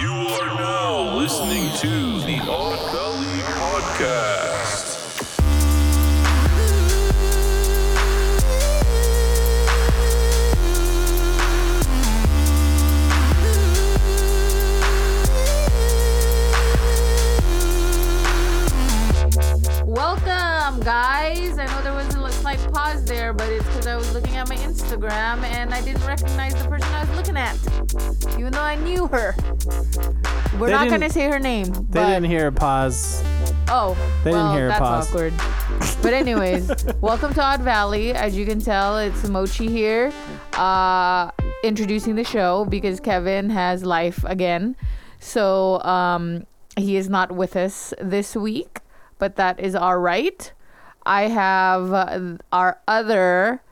You are now listening to the Odd Valley Podcast. Welcome, guys. I know there was a li- slight pause there, but it's because I was looking at my Instagram and I didn't recognize the person I was looking at, even though I knew her. We're They not didn't- gonna say her name. They but, didn't hear a pause. Oh, they didn't well, hear a that's pause. awkward. But anyways, welcome to Odd Valley. As you can tell, it's Mochi here, uh, introducing the show because Kevin has life again, so um, he is not with us this week. But that is all right. I have uh, our other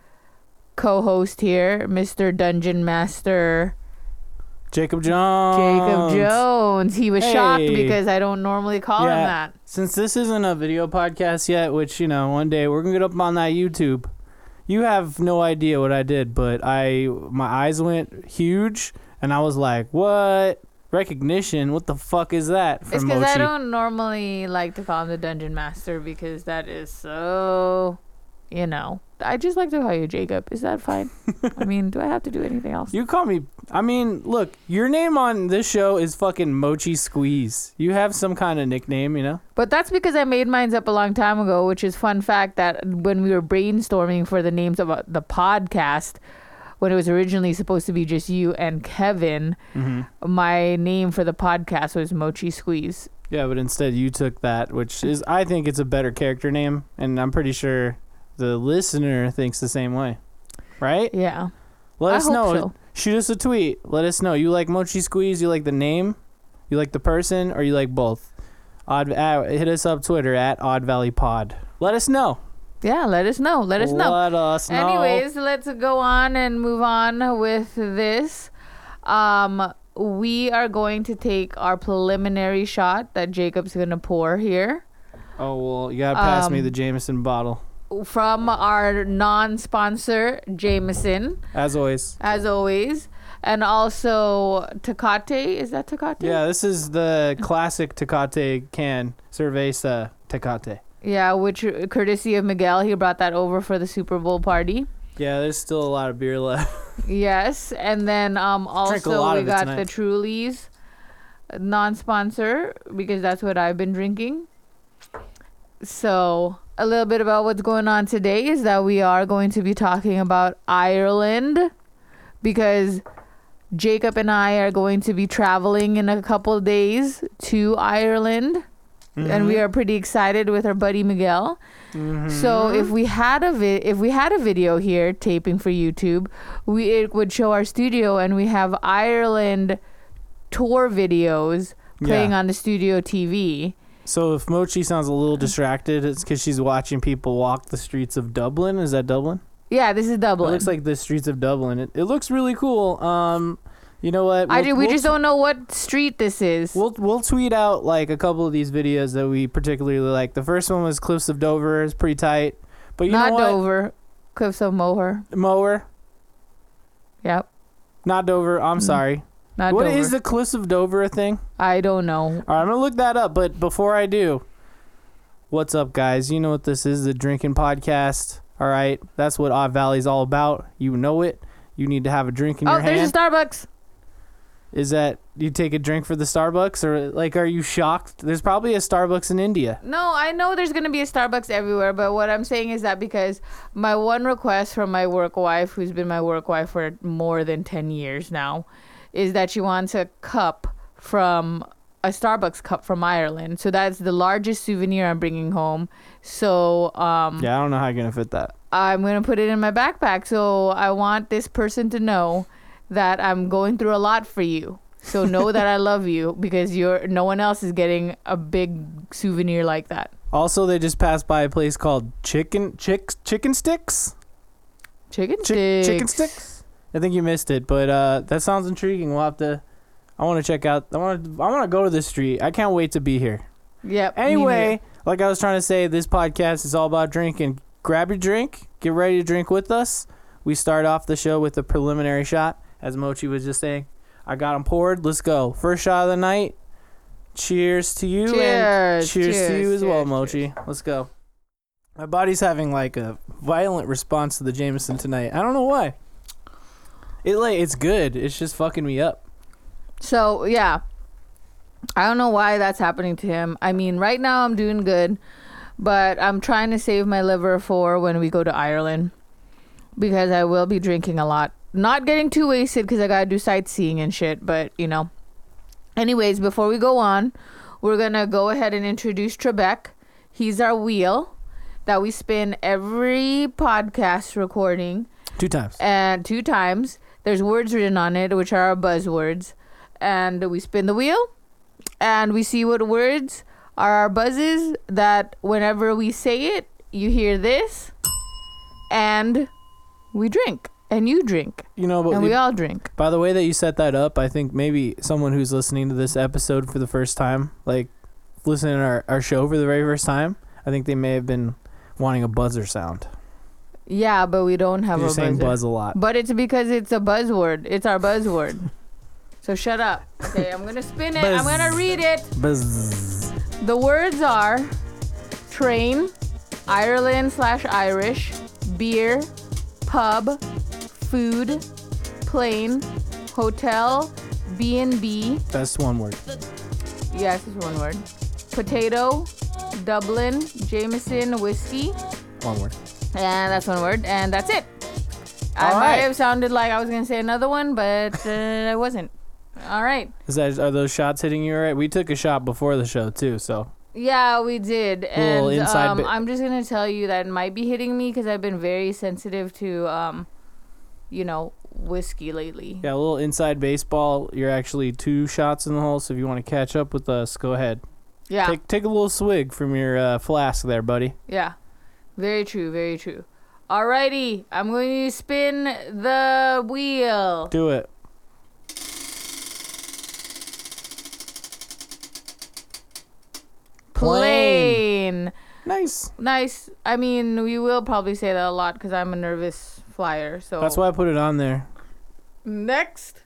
co-host here, Mr. Dungeon Master Jacob Jones. Jacob Jones. He was shocked Hey. because I don't normally call him Yeah. that. Since this isn't a video podcast yet, which you know, one day we're gonna get up on that YouTube. You have no idea what I did, but I my eyes went huge, and I was like, "What recognition? What the fuck is that?" From It's because I Mochi?" don't normally like to call him the dungeon master because that is so, you know. I just like to call you Jacob. Is that fine? I mean, do I have to do anything else? You call me. I mean, look, your name on this show is fucking Mochi Squeeze. You have some kind of nickname, you know? But that's because I made mines up a long time ago, which is fun fact that when we were brainstorming for the names of uh, the podcast, when it was originally supposed to be just you and Kevin, Mm-hmm. my name for the podcast was Mochi Squeeze. Yeah, but instead you took that, which is I think it's a better character name, and I'm pretty sure the listener thinks the same way. Right? Yeah. Let I us hope know. so. Shoot us a tweet. Let us know. You like Mochi Squeeze, you like the name, you like the person, or you like both. Odd uh, hit us up Twitter at Odd Valley Pod. Let us know. Yeah, let us know. Let us know. Let us know. Anyways, let's go on and move on with this. Um, we are going to take our preliminary shot that Jacob's gonna pour here Oh well, you gotta pass me Um, the Jameson bottle. from our non-sponsor Jameson, As always. as always, and also Tecate. Is that Tecate? Yeah, this is the classic Tecate can, Cerveza Tecate. Yeah, which uh, courtesy of Miguel, he brought that over for the Super Bowl party. Yeah, there's still a lot of beer left. Yes, and then um Drank a also lot we of it got tonight. the Trulies non-sponsor because that's what I've been drinking. So, a little bit about what's going on today is that we are going to be talking about Ireland because Jacob and I are going to be traveling in a couple of days to Ireland and Mm-hmm. we are pretty excited with our buddy Miguel. So if we had a vi- if we had a video here taping for YouTube, we it would show our studio and we have Ireland tour videos playing Yeah. on the studio TV. So if Mochi sounds a little distracted, it's because she's watching people walk the streets of Dublin. Is that Dublin? Yeah, this is It Dublin. looks like the streets of Dublin. It, it looks really cool. Um, you know what? I do, we we'll- just don't know what street this is. We'll we'll tweet out like a couple of these videos that we particularly like. The first one was Cliffs of Dover. It's pretty tight. But you Not know what? Dover, Cliffs of Moher. Mower, Yep, not Dover. I'm sorry. Mm-hmm. not What is Dover. the Cliffs of Dover thing? I don't know. All right, I'm gonna look that up. But before I do, what's up, guys? You know what this is—the drinking podcast. All right, that's what Odd Valley's all about. You know it. You need to have a drink in Oh, your there's hand. a Starbucks. is that you take a drink for the Starbucks, or like, are you shocked? There's probably a Starbucks in India. No, I know there's gonna be a Starbucks everywhere, but what I'm saying is that because my one request from my work wife, who's been my work wife for more than ten years now, is that she wants a cup from a Starbucks cup from Ireland. So that's the largest souvenir I'm bringing home. So um, Yeah, I don't know how you're gonna fit that. I'm gonna put it in my backpack. So I want this person to know that I'm going through a lot for you. So know that I love you because you're no one else is getting a big souvenir like that. Also, they just passed by a place called Chicken Chick Chicken Sticks. Chicken Chick- sticks. chicken sticks? I think you missed it, but uh, that sounds intriguing. We'll have to. I want to check out. I want to. I want to go to this street. I can't wait to be here. Yep. me neither. Anyway, like I was trying to say, this podcast is all about drinking. Grab your drink, get ready to drink with us. We start off the show with a preliminary shot, as Mochi was just saying. I got them poured. Let's go. First shot of the night. Cheers to you. and Cheers, cheers, to cheers, you as well, cheers, Mochi. Let's go. My body's having like a violent response to the Jameson tonight. I don't know why. It like it's good. It's just fucking me up. So yeah, I don't know why that's happening to him. I mean, right now I'm doing good, but I'm trying to save my liver for when we go to Ireland because I will be drinking a lot. Not getting too wasted because I gotta do sightseeing and shit. But you know. Anyways, before we go on, we're gonna go ahead and introduce Trebek. He's our wheel that we spin every podcast recording Two times. and two times. There's words written on it, which are our buzzwords. And we spin the wheel and we see what words are our buzzes that whenever we say it, you hear this and we drink and you drink You know, but and we- we all drink. By the way that you set that up, I think maybe someone who's listening to this episode for the first time, like listening to our, our show for the very first time, I think they may have been wanting a buzzer sound. Yeah, but we don't have You're a saying buzzer. buzz a lot. But it's because it's a buzzword. It's our buzzword. so shut up. Okay, I'm going to spin it. I'm Buzz. going to read it. Buzz. The words are train, Ireland slash Irish, beer, pub, food, plane, hotel, B and B. That's one word. Yes, it's one word. Potato, Dublin, Jameson, whiskey, One word. and that's one word, and that's it. I All might right. have sounded like I was gonna say another one, but uh, I wasn't. All right. Is that are those shots hitting you all right? We took a shot before the show too, so Yeah, we did. Little And inside um, bit. I'm just gonna tell you that it might be hitting me because I've been very sensitive to, um, you know, whiskey lately. yeah, a little inside baseball. You're actually two shots in the hole, so if you want to catch up with us, go ahead. Yeah, Take take a little swig from your uh, flask there, buddy. yeah. Very true. Very true. Alrighty, I'm going to spin the wheel. Do it. Plane. Nice. Nice. I mean, we will probably say that a lot because I'm a nervous flyer. So That's why I put it on there. Next.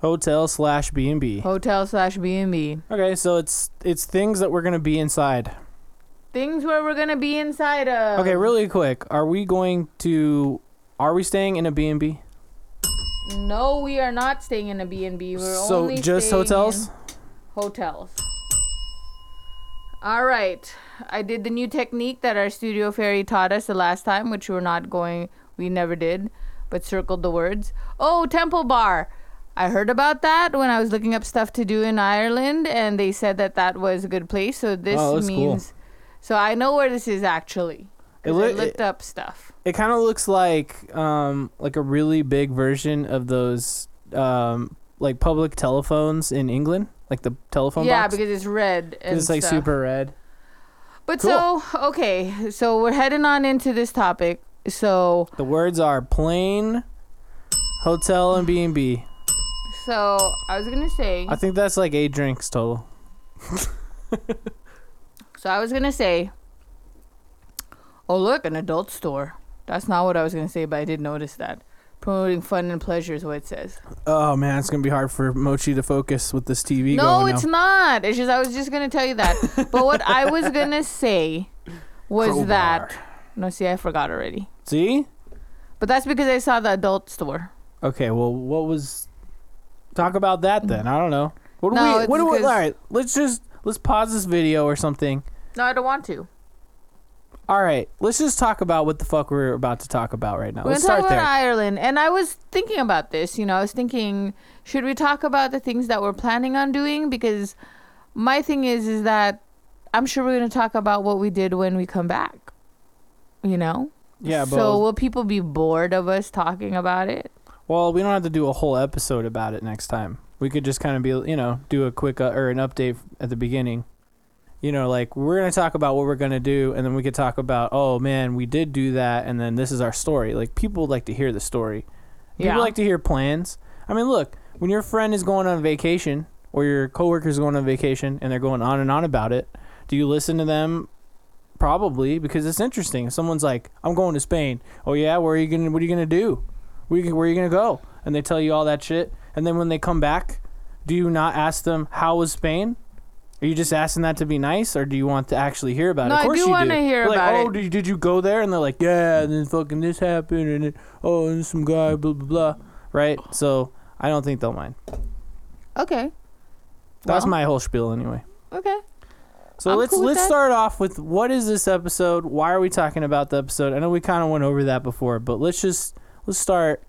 Hotel slash B and B. Hotel slash B and B. Okay, so it's it's things that we're gonna be inside. Things where we're gonna be inside of. Okay, really quick, are we going to? Are we staying in a B and B? No, we are not staying in a B and B. We're So only just staying hotels. in hotels. All right. I did the new technique that our studio fairy taught us the last time, which we're not going. We never did, but circled the words. Oh, temple bar. I heard about that when I was looking up stuff to do in Ireland, and they said that that was a good place. So this Oh, that's cool. means. So I know where this is actually. 'cause It loo- I looked up stuff. It kind of looks like um like a really big version of those um like public telephones in England, like the telephone Yeah, box. because it's red. And it's like stuff. super red. But Cool. so okay, so we're heading on into this topic. So The words are plane, hotel, and B and B. so I was gonna say I think that's like eight drinks total. so I was gonna say Oh look, an adult store. That's not what I was gonna say, but I did notice that. Promoting fun and pleasure is what it says. Oh man, it's gonna be hard for Mochi to focus with this TV no, going it's now. not. It's just I was just gonna tell you that. but what I was gonna say was Crowbar. that No, see I forgot already. See? But that's because I saw the adult store. Okay, well, what was? Talk about that then. I don't know. What do No, we? it's What do we? 'cause- All right, let's just let's pause this video or something. No, I don't want to. All right, let's just talk about what the fuck we're about to talk about right now. We're let's gonna talk start about there. Ireland, and I was thinking about this. You know, I was thinking, should we talk about the things that we're planning on doing? Because my thing is, is that I'm sure we're gonna talk about what we did when we come back. You know. yeah, but So will people be bored of us talking about it? well, we don't have to do a whole episode about it next time. We could just kind of be, you know, do a quick uh, or an update at the beginning. You know, like we're gonna talk about what we're gonna do, and then we could talk about, oh man, we did do that, and then this is our story. Like people like to hear the story. People like to hear plans. I mean, look, when your friend is going on vacation or your coworker is going on vacation and they're going on and on about it, do you listen to them Probably because it's interesting. If someone's like, "I'm going to Spain." Oh yeah, where are you gonna? What are you gonna do? Where you, where are you gonna go? And they tell you all that shit. And then when they come back, do you not ask them how was Spain? Are you just asking that to be nice, or do you want to actually hear about No, it? I Of course do you wanna do. hear You're like, about oh, it. Did, did you go there? And they're like, yeah. And then fucking this happened, and then, oh, and some guy, blah blah blah. Right. So I don't think they'll mind. Okay. That's Well. my whole spiel anyway. Okay. So I'm let's cool with let's that. start off with what is this episode? Why are we talking about the episode? I know we kind of went over that before, but let's just let's start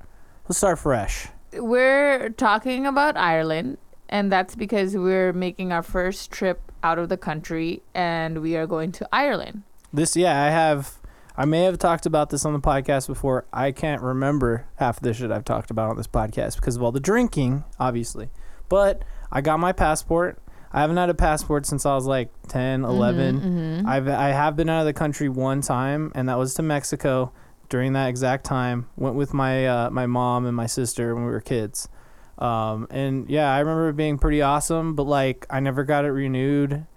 let's start fresh. We're talking about Ireland, and that's because we're making our first trip out of the country, and we are going to Ireland. This yeah, I have I may have talked about this on the podcast before. I can't remember half of the shit I've talked about on this podcast because of all the drinking, obviously. But I got my passport. I haven't had a passport since I was like 10, 11. Mm-hmm, I've I have been out of the country one time, and that was to Mexico. During that exact time, went with my uh, my mom and my sister when we were kids, um, and yeah, I remember it being pretty awesome. But like, I never got it renewed.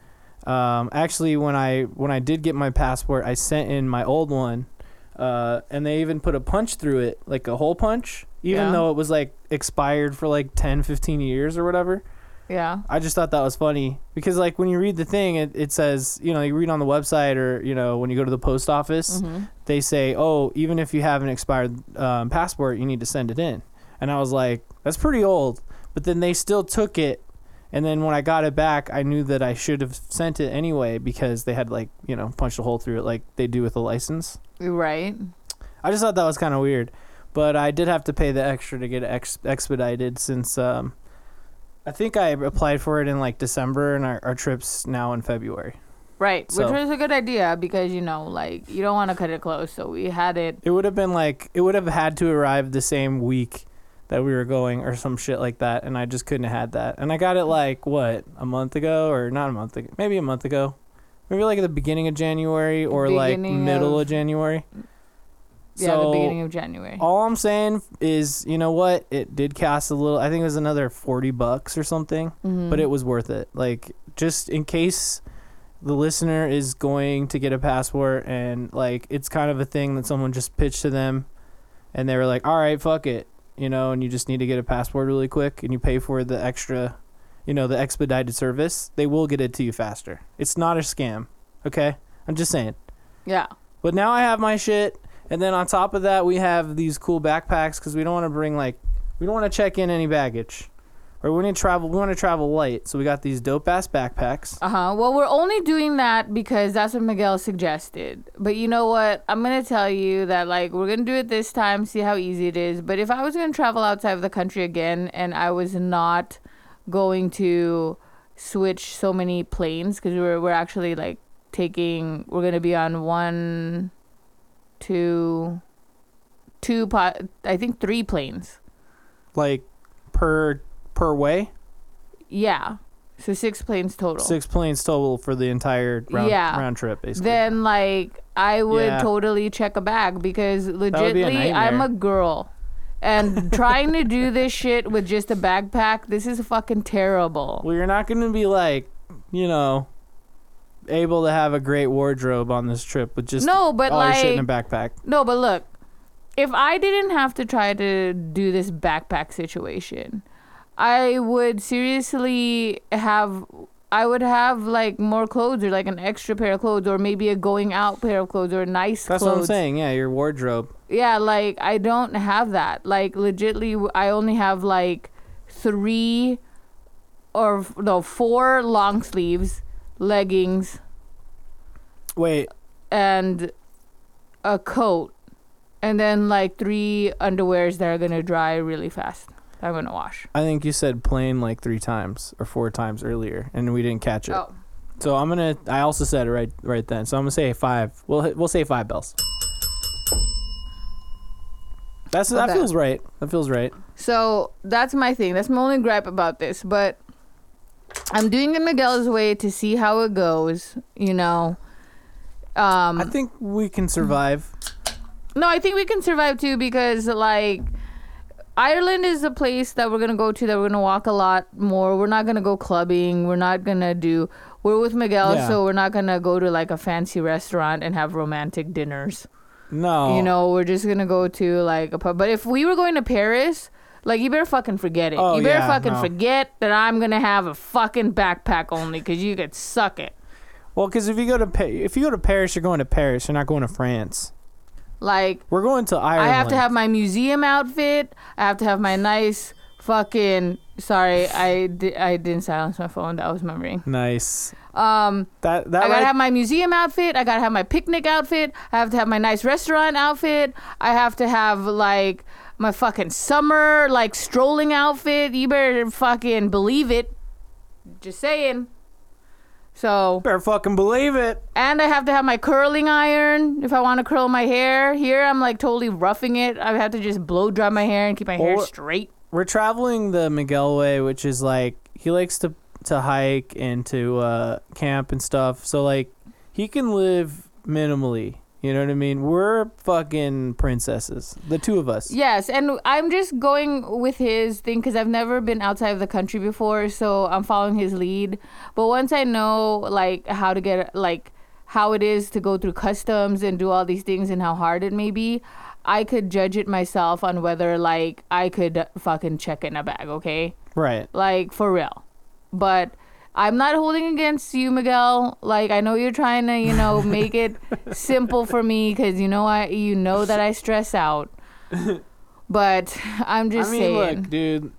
Um, actually, when I when I did get my passport, I sent in my old one, uh, and they even put a punch through it, like a hole punch, even Yeah. though it was like expired for like 10, 15 years or whatever. Yeah. I just thought that was funny because, like, when you read the thing, it, it says, you know, you read on the website or, you know, when you go to the post office, Mm-hmm. they say, oh, even if you have an expired um, passport, you need to send it in. And I was like, that's pretty old. But then they still took it. And then when I got it back, I knew that I should have sent it anyway because they had, like, you know, punched a hole through it like they do with a license. Right. I just thought that was kind of weird, but I did have to pay the extra to get it ex- expedited since um, I think I applied for it in like December and our, our trips now in February. Right. So- Which was a good idea because, you know, like, you don't want to cut it close. So we had it. It would have been like it would have had to arrive the same week that we were going or some shit like that, and I just couldn't have had that. And I got it like what a month ago or not a month ago, maybe a month ago, maybe like at the beginning of January or like Beginning middle of- of January. Yeah, the beginning of January. All I'm saying is, you know what? It did cost a little. I think it was another 40 bucks or something, Mm-hmm. but Mm. it was worth it. Like just in case the listener is going to get a passport and like it's kind of a thing that someone just pitched to them and they were like, "All right, fuck it." You know, and you just need to get a passport really quick and you pay for the extra, you know, the expedited service. They will get it to you faster. It's not a scam, okay? I'm just saying. Yeah. But now I have my shit, and then on top of that, we have these cool backpacks because we don't want to bring like we don't want to check in any baggage, or we need to travel. We want to travel light, so we got these dope ass backpacks. Uh huh. Well, we're only doing that because that's what Miguel suggested. But you know what? I'm going to tell you that, like, we're going to do it this time, see how easy it is. But if I was going to travel outside of the country again and I was not going to switch so many planes, because we're, we're actually, like, taking, we're going to be on one, two, two, po- I think three planes. Like per per way, Yeah. So six planes total. six planes total for the entire round Yeah. round trip basically. then like I would Yeah. totally check a bag because would be a legitly I'm nightmare. a girl. And trying to do this shit with just a backpack, this is fucking terrible. well, you're not going to be like, you know, able to have a great wardrobe on this trip with just No, but all your shit in a like- backpack. No, but look, if I didn't have to try to do this backpack situation, I would seriously have I would have like more clothes or like an extra pair of clothes or maybe a going out pair of clothes or nice That's clothes. what I'm saying. Yeah, your wardrobe. Yeah, like I don't have that. Like legitly, w- I only have like three or f- no four long sleeves, leggings, Wait, and a coat, and then like three underwears that are gonna dry really fast. that I'm gonna wash. I think you said plane like three times or four times earlier, and we didn't catch it. Oh, So I'm gonna. I also said it right right then. So I'm gonna say five. We'll hit- we'll say five bells. That's that bad. feels right. That feels right. so that's my thing. That's my only gripe about this, but. I'm doing it Miguel's way to see how it goes, you know. Um, I think we can survive. No, I think we can survive too because like Ireland is a place that we're gonna go to that we're gonna walk a lot more. We're not gonna go clubbing. We're not gonna do We're with Miguel, Yeah. so we're not gonna go to like a fancy restaurant and have romantic dinners. No. You know, we're just gonna go to like a pub. But if we were going to Paris, like you better fucking forget it. Oh, you better yeah, fucking no. forget that I'm gonna have a fucking backpack only because you could suck it. Well, because if you go to pa- if you go to Paris, you're going to Paris. You're not going to France. Like We're going to Ireland. I have to have my museum outfit. I have to have my nice fucking. Sorry, I di- I didn't silence my phone. That was my ring. nice. Um, That that I gotta right- have my museum outfit. I gotta have my picnic outfit. I have to have my nice restaurant outfit. I have to have like my fucking summer like strolling outfit. You better fucking believe it. Just saying. So better fucking believe it. and I have to have my curling iron if I want to curl my hair. Here I'm like totally roughing it. I have to just blow dry my hair and keep my hair Or- straight. We're traveling the Miguel way, which is like he likes to to hike and to uh, camp and stuff. So like he can live minimally. You know what I mean? We're fucking princesses, the two of us. Yes, and I'm just going with his thing because I've never been outside of the country before, so I'm following his lead. But once I know like how to get like how it is to go through customs and do all these things and how hard it may be, I could judge it myself on whether like I could fucking check in a bag, okay? Right. Like for real. But I'm not holding against you, Miguel. Like I know you're trying to, you know, make it simple for me cuz you know I you know that I stress out. But I'm just I mean, saying. look, dude,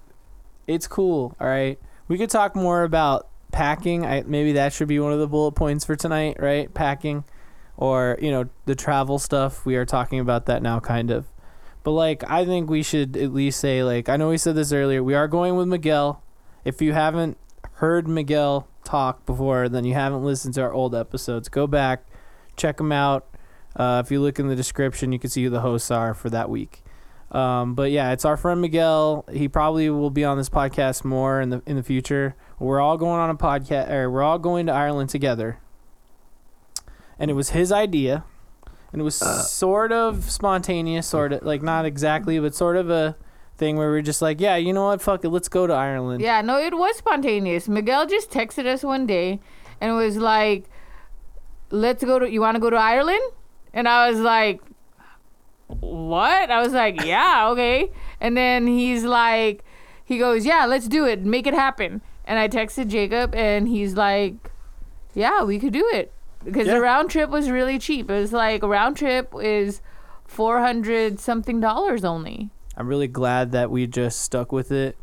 it's cool. All right, we could talk more about packing. I, maybe that should be one of the bullet points for tonight, right? Packing, or you know, the travel stuff. We are talking about that now, kind of. But like, I think we should at least say like, I know we said this earlier. We are going with Miguel. If you haven't heard Miguel talk before, then you haven't listened to our old episodes. Go back, check them out. Uh, if you look in the description, you can see who the hosts are for that week. Um, but yeah, it's our friend Miguel. He probably will be on this podcast more in the in the future. We're all going on a podcast, or we're all going to Ireland together. And it was his idea, and it was sort of spontaneous, sort of like not exactly, but sort of a thing where we we're just like, yeah, you know what, fuck it, let's go to Ireland. Yeah, no, it was spontaneous. Miguel just texted us one day and was like, "Let's go to you want to go to Ireland?" And I was like, "What?" I was like, "Yeah, okay." And then he's like he goes, "Yeah, let's do it. Make it happen." And I texted Jacob and he's like, "Yeah, we could do it." Because Yeah. the round trip was really cheap. It was like a round trip is 400 something dollars only. I'm really glad that we just stuck with it.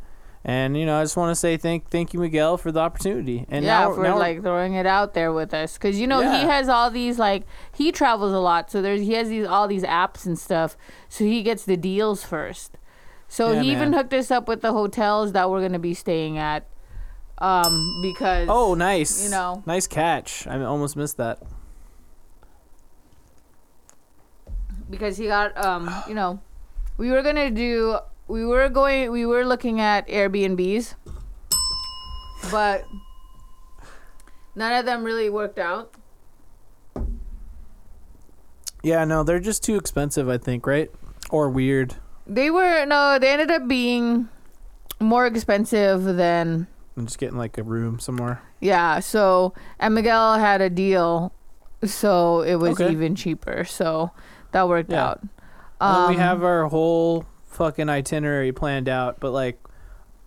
And you know, I just want to say thank thank you, Miguel, for the opportunity. And yeah, now, for now we're- like throwing it out there with us, because you know he Yeah. has all these like he travels a lot, so there's he has these all these apps and stuff, so he gets the deals first. So Yeah, he even man. hooked us up with the hotels that we're gonna be staying at, um, because oh, nice, you know. nice catch. I almost missed that. because he got um you know we were gonna do we were going we were looking at Airbnbs, but none of them really worked out. Yeah, no, they're just too expensive, I think, right? Or weird. They were no, they ended up being more expensive than I'm just getting like a room somewhere. yeah, so and Miguel had a deal so it was Okay. even cheaper. So that worked Yeah. out. Well, we Um, have our whole fucking itinerary planned out, but like,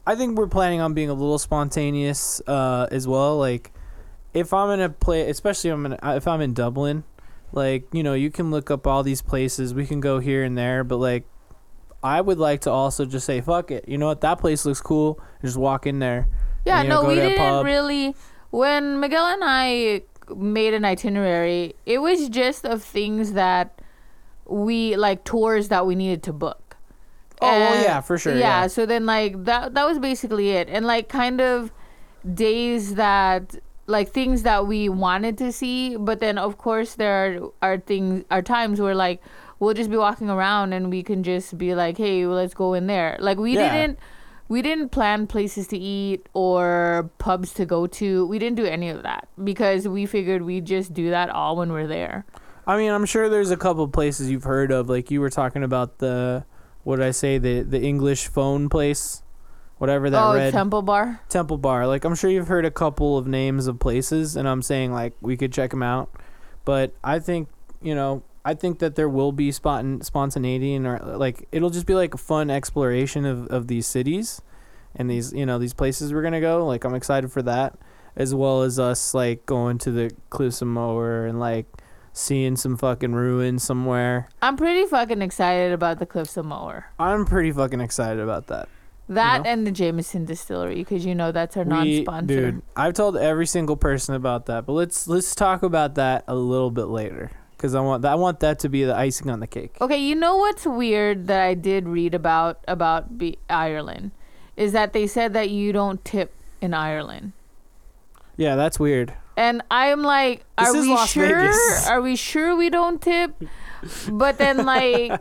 I think we're planning on being a little spontaneous uh, as well. Like, if I'm in a play, especially if I'm in, if I'm in Dublin, like you know, you can look up all these places. We can go here and there, but like, I would like to also just say, fuck it. You know what? That place looks cool. Just walk in there. Yeah, and, you no, know, go we to a didn't pub. really. When Miguel and I made an itinerary, it was just of things that we like tours that we needed to book. Oh, well, yeah, for sure, Yeah, yeah. so then like that that was basically it, and like kind of days that like things that we wanted to see, but then of course there are, are things are times where like we'll just be walking around and we can just be like, hey, well, let's go in there. Like we Yeah. didn't we didn't plan places to eat or pubs to go to. We didn't do any of that because we figured we'd just do that all when we're there. I mean, I'm sure there's a couple places you've heard of. Like you were talking about the, what did I say, the the English phone place, whatever that oh, red Temple Bar. Temple Bar. Like I'm sure you've heard a couple of names of places, and I'm saying like we could check them out, but I think you know I think that there will be spont- spontaneity and or like it'll just be like a fun exploration of of these cities, and these you know these places we're gonna go. Like I'm excited for that, as well as us like going to the Clusamower and like seeing some fucking ruins somewhere. I'm pretty fucking excited about the Cliffs of Moher. I'm pretty fucking excited about that. That know? and the Jameson Distillery, because you know that's our We- non-sponsor. Dude, I've told every single person about that, but let's let's talk about that a little bit later because I want that, I want that to be the icing on the cake. Okay, you know what's weird that I did read about about be- Ireland is that they said that you don't tip in Ireland. Yeah, that's weird. And I'm like, This are is we Las sure? Vegas. Are we sure we don't tip? But then like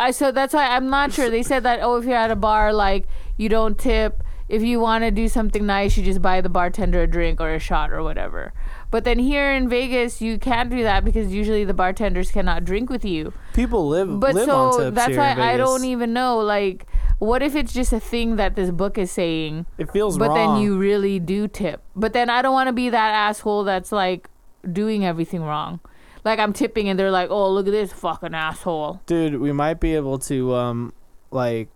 I so that's why I'm not sure. They said that oh if you're at a bar like you don't tip. If you want to do something nice, you just buy the bartender a drink or a shot or whatever. But then here in Vegas, you can't do that because usually the bartenders cannot drink with you. People live But live on so tips that's here why in I Vegas. don't even know. Like, what if it's just a thing that this book is saying, It feels but wrong. then you really do tip? But then I don't want to be that asshole that's like doing everything wrong. Like I'm tipping and they're like, "Oh, look at this fucking asshole." dude, we might be able to um like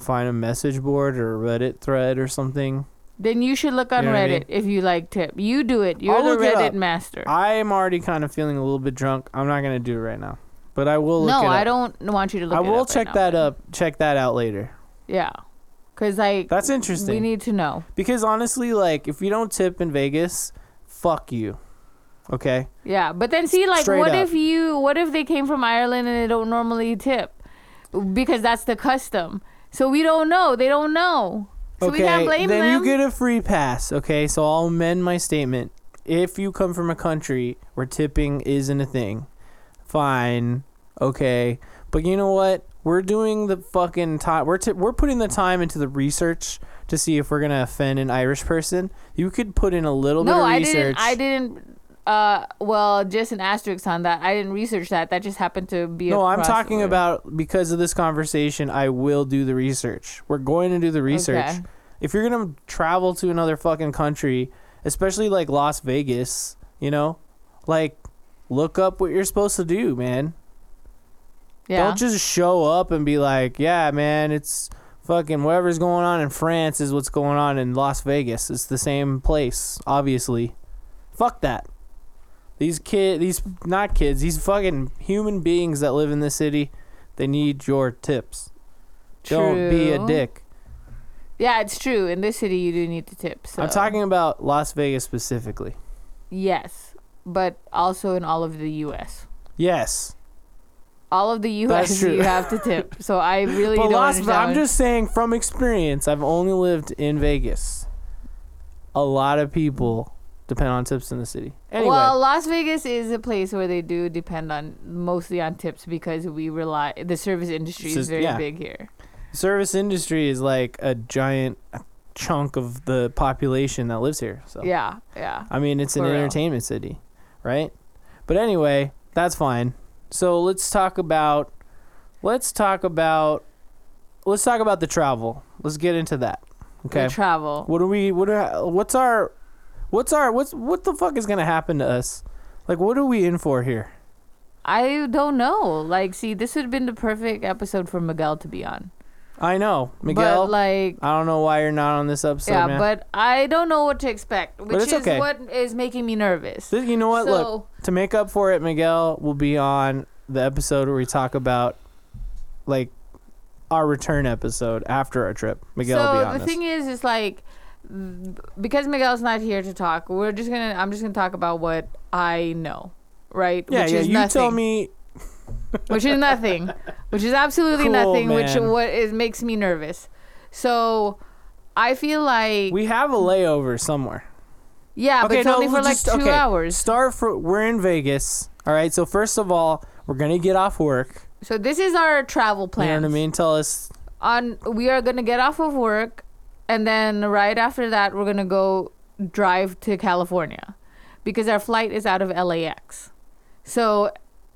find a message board or a Reddit thread or something. Then you should look on You know what I Reddit mean? if you like tip. You do it. You're I'll the look it Reddit up. master. I am already kind of feeling a little bit drunk. I'm not gonna do it right now, but I will look. no, it I up. don't want you to look. I it will up right check now, that but- up. Check that out later. Yeah, because like That's interesting. we need to know. Because honestly, like if you don't tip in Vegas, fuck you. Okay. Yeah, but then see, like, Straight what up. if you, what if they came from Ireland and they don't normally tip, because that's the custom. So we don't know. They don't know. So we okay. can't blame then them. you get a free pass. Okay. So I'll amend my statement. If you come from a country where tipping isn't a thing, fine. Okay. But you know what? We're doing the fucking time. We're t- we're putting the time into the research to see if we're gonna offend an Irish person. You could put in a little bit no, of I research. didn't. I didn't. Uh, well, just an asterisk on that. I didn't research that. That just happened to be. No, i I'm talking about because of this conversation, I will do the research. We're going to do the research. Okay. If you're going to travel to another fucking country, especially like Las Vegas, you know, like look up what you're supposed to do, man. Yeah. Don't just show up and be like, yeah, man, it's fucking whatever's going on in France is what's going on in Las Vegas. It's the same place, obviously. Fuck that. These kid, these not kids, these fucking human beings that live in this city, they need your tips. Don't be a True. dick. Yeah, it's true. In this city, you do need to tip. So. I'm talking about Las Vegas specifically. Yes, but also in all of the U.S. Yes, All of the U.S. true. you have to tip. So I really but don't Las. understand. I'm just saying from experience. I've only lived in Vegas. A lot of people depend on tips in the city. Anyway, Well, Las Vegas is a place where they do depend on mostly on tips because we rely the service industry This is is- very yeah. big here. service industry is like a giant chunk of the population that lives here. So Yeah, yeah. I mean, it's For an real. entertainment city, right? But anyway, that's fine. So let's talk about let's talk about let's talk about the travel. Let's get into that. Okay. We travel. what are we what are what's our what's our what's what the fuck is going to happen to us? Like what are we in for here? I don't know. Like, see, this would have been the perfect episode for Miguel to be on. I know, Miguel. but like, I don't know why you're not on this episode, yeah, man. but I don't know what to expect, which it's is okay. what is making me nervous. Th- you know what? So- Look, to make up for it, Miguel will be on the episode where we talk about like our return episode after our trip. Miguel will be so on the this. thing is, it's like th- because Miguel's not here to talk, we're just gonna. I'm just gonna talk about what I know, right? yeah, which yeah. is you nothing. tell me. which is nothing, which is absolutely Cool, nothing, which man. what is makes me nervous. So I feel like We have a layover somewhere. yeah, but it's only for we'll like just- two okay, hours. Start for we're in Vegas. All right. So first of all, we're gonna get off work. So this is our travel plan. You know what I mean? Tell us. On we are gonna get off of work, and then right after that we're gonna go drive to California, because our flight is out of LAX. So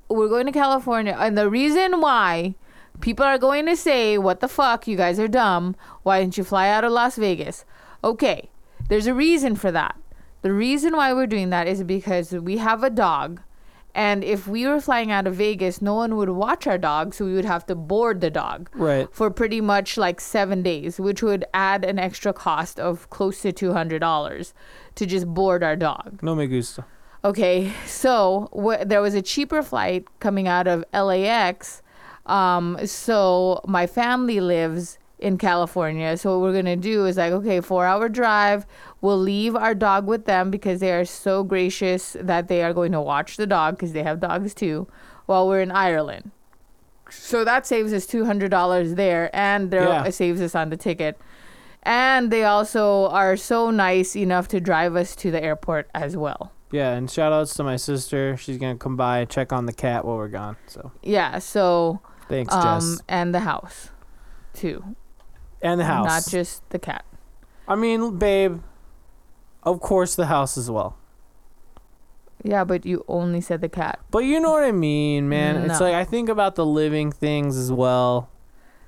we're going to California, and the reason why People are going to say, What the fuck? You guys are dumb. Why didn't you fly out of Las Vegas? Okay, there's a reason for that. The reason why we're doing that is because we have a dog. And if we were flying out of Vegas, no one would watch our dog, so we would have to board the dog Right. for pretty much like seven days, which would add an extra cost of close to $200 to just board our dog. No me gusta. Okay, so wh- there was a cheaper flight coming out of LAX. Um, so my family lives in California. So what we're gonna do is like, okay, four hour drive. We'll leave our dog with them because they are so gracious that they are going to watch the dog because they have dogs too, while we're in Ireland. So that saves us two hundred dollars there, and there Yeah. it saves us on the ticket. And they also are so nice enough to drive us to the airport as well. Yeah, and shout outs to my sister. She's gonna come by check on the cat while we're gone. So Yeah, so thanks, um Jess. and the house too. And the house. Not just the cat. I mean, babe. Of course, the house as well. Yeah, but you only said the cat. But you know what I mean, man. It's No. like I think about the living things as well.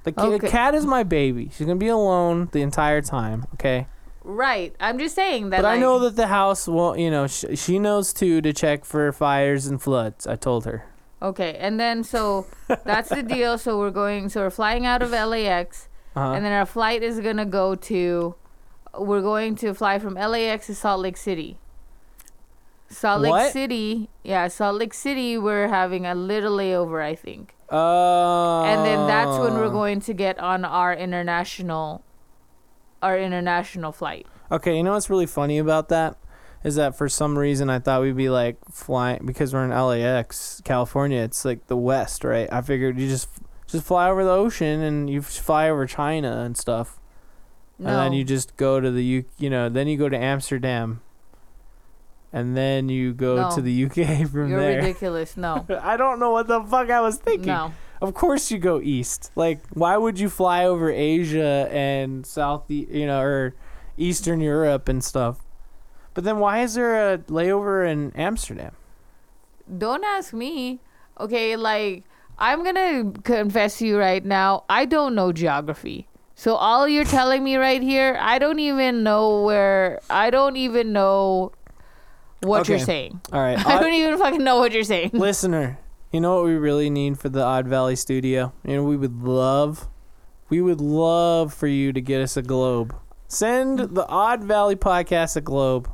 The, ca- Okay. the cat is my baby. She's gonna be alone the entire time. Okay. Right. I'm just saying that But I like- know that the house won't. You know, sh- she knows too to check for fires and floods. I told her. Okay, and then so that's the deal. So we're going so we're flying out of LAX Uh-huh. and then our flight is going to go to we're going to fly from LAX to Salt Lake City. Salt Lake What? City. Yeah, Salt Lake City we're having a little layover, I think. Oh. and then that's when we're going to get on our international our international flight Okay, you know what's really funny about that is that for some reason I thought we'd be like flying because we're in LAX, California. It's like the West, right? I figured you just just fly over the ocean and you fly over China and stuff, no and then you just go to the U. You know, then you go to Amsterdam, and then you go No. to the UK from are there. ridiculous no I don't know what the fuck I was thinking. no Of course you go east. Like, why would you fly over Asia and South, E- you know, or Eastern Europe and stuff? But then why is there a layover in Amsterdam? don't ask me okay like i'm gonna confess to you right now i don't know geography so all you're telling me right here i don't even know where i don't even know what you're Okay. saying All right, i Odd- don't even fucking know what you're saying listener, you know what we really need for the Odd Valley Studio? You know, we would love, we would love for you to get us a globe. Send the Odd Valley podcast a globe.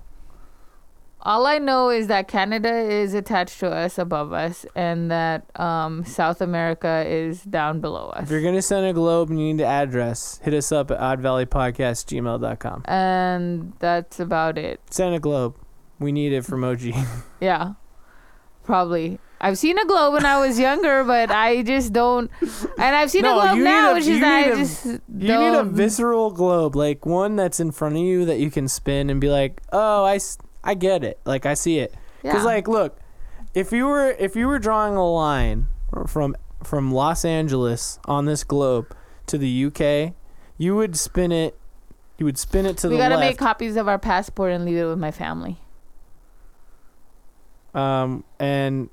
All I know is that Canada is attached to us above us, and that um, South America is down below us. If you're gonna send a globe and you need an address, hit us up at oddvalleypodcastgmail.com. and that's about it. Send a globe. We need it for Moji. Yeah, probably. I've seen a globe when I was younger, but I just don't. And I've seen No, a globe you need now, a- which is you that need I a- just You don't. need a visceral globe, like one that's in front of you that you can spin and be like, "Oh, I, s- I get it. Like I see it." Because Yeah. like, look, if you were if you were drawing a line from from Los Angeles on this globe to the UK, you would spin it. You would spin it to we the gotta make left. copies of our passport and leave it with my family. um, and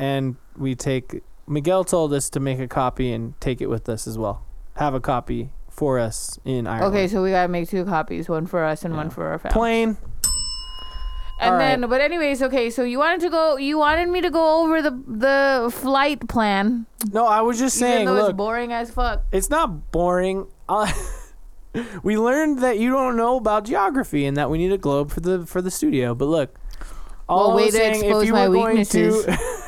and we take. Miguel told us to make a copy and take it with us as well. Have a copy for us in Ireland. Okay, so we gotta make two copies, one for us and one Yeah. for our family. Plane. And All then, but anyways, okay. So you wanted to go. You wanted me to go over the the flight plan, No, I was just even saying. though Look, it's boring as fuck. it's not boring. Uh, we learned that you don't know about geography and that we need a globe for the for the studio. But look, all Well, I way was to saying, expose if you my were going weaknesses. to,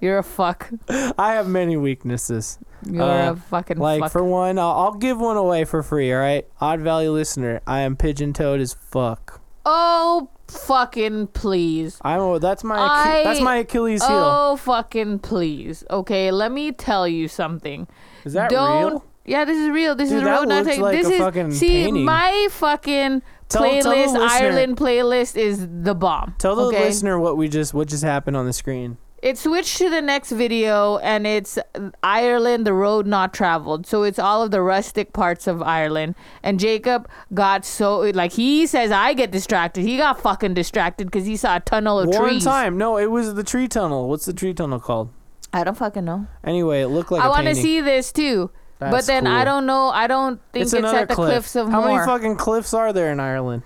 You're a fuck. I have many weaknesses. You're Uh, a fucking Like fuck. for one, I'll, I'll give one away for free. All right, Odd Valley listener, I am pigeon toed as fuck. oh fucking please. I'm a- that's my Achi- I- that's my Achilles heel. Oh fucking please. Okay, let me tell you something. Is that Don't. real? Yeah, this is real. This Dude, is that real. Not looks take- like this a is fucking see painting. my fucking Tell- tell the playlist. listener- Ireland playlist is the bomb. Tell the okay? listener what we just what just happened on the screen. It switched to the next video, and it's Ireland, the road not traveled. So it's all of the rustic parts of Ireland. And Jacob got so like he says, I get distracted. He got fucking distracted because he saw a tunnel of One trees. time, no, it was the tree tunnel. What's the tree tunnel called? I don't fucking know. Anyway, it looked like I a want to painting. see this too. but That's then I cool. don't know. I don't think it's, another at the cliff. cliffs of How many Moher. fucking cliffs are there in Ireland?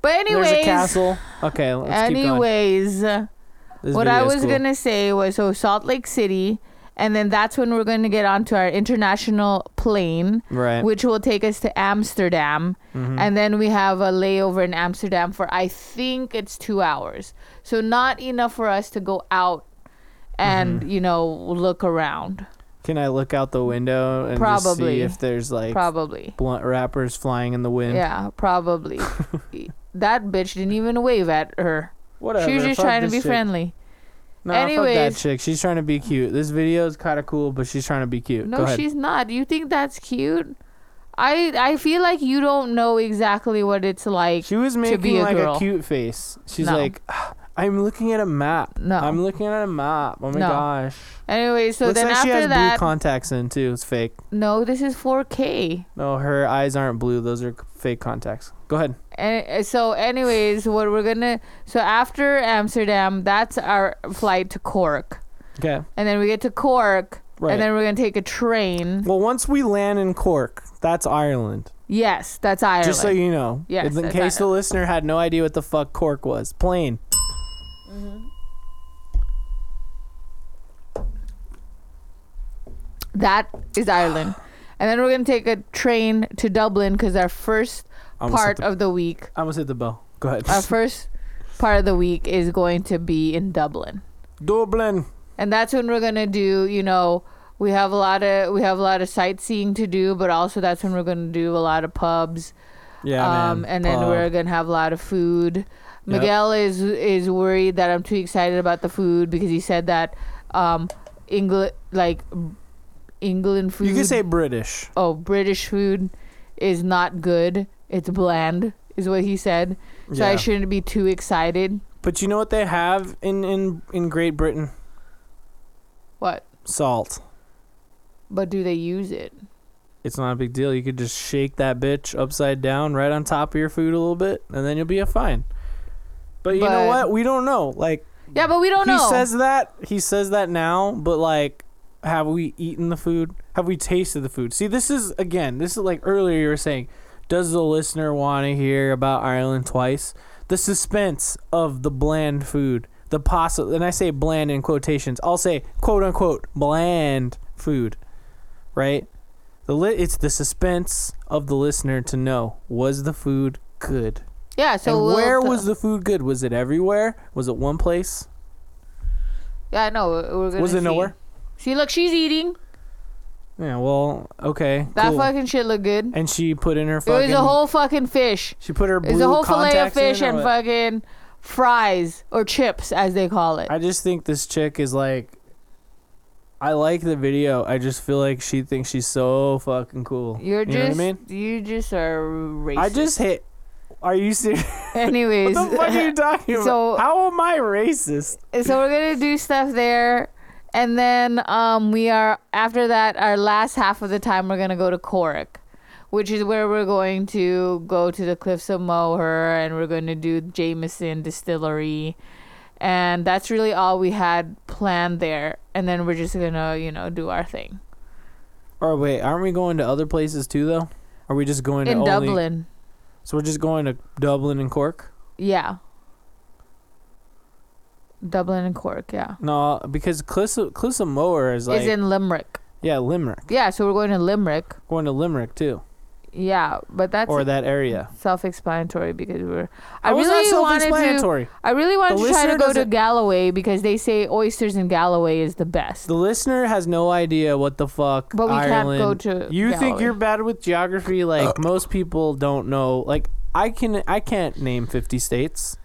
but There's a anyways, castle. Okay, let's keep going. anyways, This what I video is was cool. gonna say was so Salt Lake City, and then that's when we're gonna get onto our international plane, Right. which will take us to Amsterdam, Mm-hmm. and then we have a layover in Amsterdam for I think it's two hours, so not enough for us to go out and Mm-hmm. you know look around Can I look out the window and just see Probably. if there's like probably. blunt wrappers flying in the wind? Yeah, probably. that bitch didn't even wave at her. Whatever. she was just fuck trying to this be chick. friendly. Nah, fuck that Anyways. chick. She's trying to be cute. This video is kind of cool, but she's trying to be cute. Go No, ahead. she's not. You think that's cute? I I feel like you don't know exactly what it's like. She was be making a like girl. a cute face. She's No. like, "Ah, I'm looking at a map. No. I'm looking at a map. Oh my No. gosh. anyway, so Looks then like she after has that, blue contacts in too. It's fake. no, this is 4K. No, her eyes aren't blue. Those are c- fake contacts. Go ahead. And uh, so, anyways, what we're gonna so after Amsterdam, that's our flight to Cork, Okay. and then we get to Cork, Right. and then we're gonna take a train. Well, once we land in Cork, that's Ireland. Yes, that's Ireland. Just so you know. Yes, In that's case the Ireland. listener had no idea what the fuck Cork was. Plain. That is Ireland. And then we're going to take a train to Dublin because our first Almost hit part the- of the week, I almost hit the bell. Go ahead. our first part of the week is going to be in Dublin. Dublin. And that's when we're going to do, you know, we have a lot of we have a lot of sightseeing to do, but also that's when we're going to do a lot of pubs. Yeah, um man. and then Pub. we're going to have a lot of food. Miguel is is worried that I'm too excited about the food because he said that um England like England food You can say British. oh, British food is not good. It's bland, is what he said. So Yeah. I shouldn't be too excited. But you know what they have in, in, in Great Britain? What? Salt. But do they use it? It's not a big deal. You could just shake that bitch upside down right on top of your food a little bit, and then you'll be a fine. But you know But- what? We don't know. Like Yeah, but we don't he know. says that he says that now, but like, have we eaten the food? Have we tasted the food? See, this is again. This is like earlier you were saying. Does the listener want to hear about Ireland twice? The suspense of the bland food, the possible, and I say bland in quotations. I'll say quote unquote bland food, right? The li- it's the suspense of the listener to know was the food good. yeah, so and we'll where t- was the food good? Was it everywhere? Was it one place? Yeah, no, we're gonna Was it see. nowhere? See, look, she's eating. Yeah, well, okay. That cool. fucking shit looked good. and she put in her It was fucking. a whole fucking fish. She put her It blue was a whole fillet of contacts in fish or and what? fucking fries or chips, as they call it. I just think this chick is like. I like the video. I just feel like she thinks she's so fucking cool. You're you just, know what I mean? you just are racist. I just hit. Are you serious? anyways. what the fuck are you talking about? So- How am I racist? so we're gonna do stuff there and then um we are after that our last half of the time we're gonna go to cork which is where we're going to go to the cliffs of moher and we're going to do jameson distillery and that's really all we had planned there and then we're just gonna you know do our thing Or wait, aren't we going to other places too though? Are we just going in to only- dublin So we're just going to Dublin and Cork? yeah dublin and cork yeah No, because Cliffs of, Cliffs of Moher is like is in limerick yeah Limerick. yeah so we're going to limerick Going to Limerick too, yeah but that's or that area. self-explanatory because we're. I How is that really wanted to. self-explanatory? I really wanted The to try listener to go to doesn't- Galloway because they say oysters in Galloway is the best. The listener has no idea what the fuck. But we can't Ireland- go to You think Galloway. you're bad with geography? Like most people don't know. Like I can, I can't name 50 states,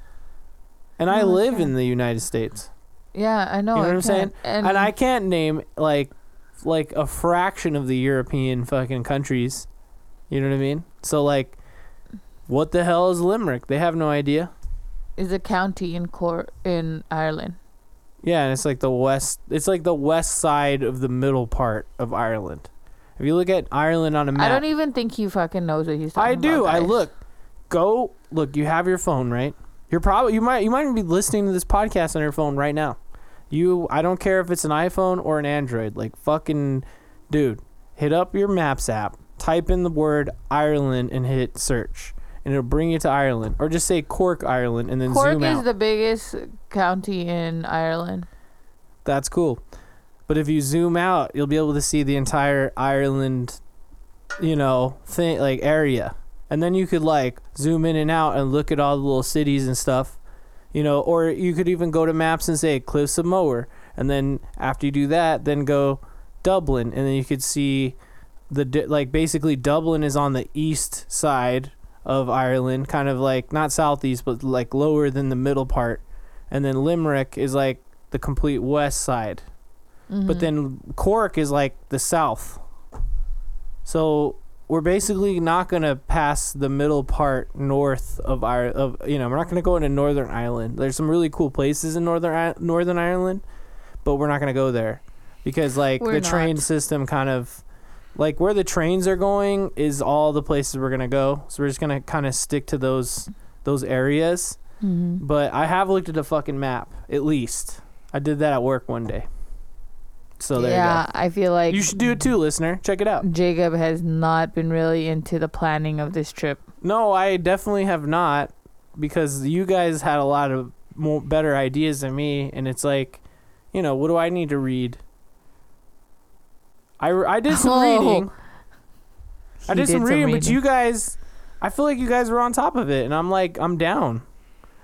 and I No, I live can't. in the United States. yeah, I know. you know I what I'm saying? can't- And, I can't name like, like a fraction of the European fucking countries. You know what I mean? So like, what the hell is Limerick? They have no idea. is a county in Cor- in Ireland. Yeah, and it's like the west. It's like the west side of the middle part of Ireland. If you look at Ireland on a map, I don't even think he fucking knows what he's talking I about. do. I guys. look. Go look. You have your phone, right? You're probably you might you might be listening to this podcast on your phone right now. You, I don't care if it's an iPhone or an Android. Like fucking, dude, hit up your Maps app, type in the word Ireland, and hit search, and it'll bring you to Ireland. Or just say Cork, Ireland, and then Cork zoom is out. the biggest county in Ireland. That's cool. But if you zoom out, you'll be able to see the entire Ireland, you know, thing like area. And then you could like zoom in and out and look at all the little cities and stuff. You know, or you could even go to maps and say Cliffs of Moher. And then after you do that, then go Dublin and then you could see the di- like basically Dublin is on the east side of Ireland, kind of like not southeast but like lower than the middle part. And then Limerick is like the complete west side. Mm. Mm-hmm. But then Cork is like the south. So we're basically not gonna pass the middle part north of our of you know we're not gonna go into Northern Ireland. There's some really cool places in Northern I- Northern Ireland, but we're not gonna go there because like We're the not. train system kind of like where the trains are going is all the places we're gonna go. So we're just gonna kind of stick to those those areas Mm-hmm. but I have looked at the fucking map at least. I did that at work one day. So there yeah, I feel you like go. You should do it too, listener. Check it out. Jacob has not been really into the planning of this trip. No, I definitely have not because you guys had a lot of more, better ideas than me and it's like, you know, what do I need to read? I, re- I did some Oh. reading. I He did, some, some reading, but you guys, I feel like you guys were on top of it, and I'm like, I'm down.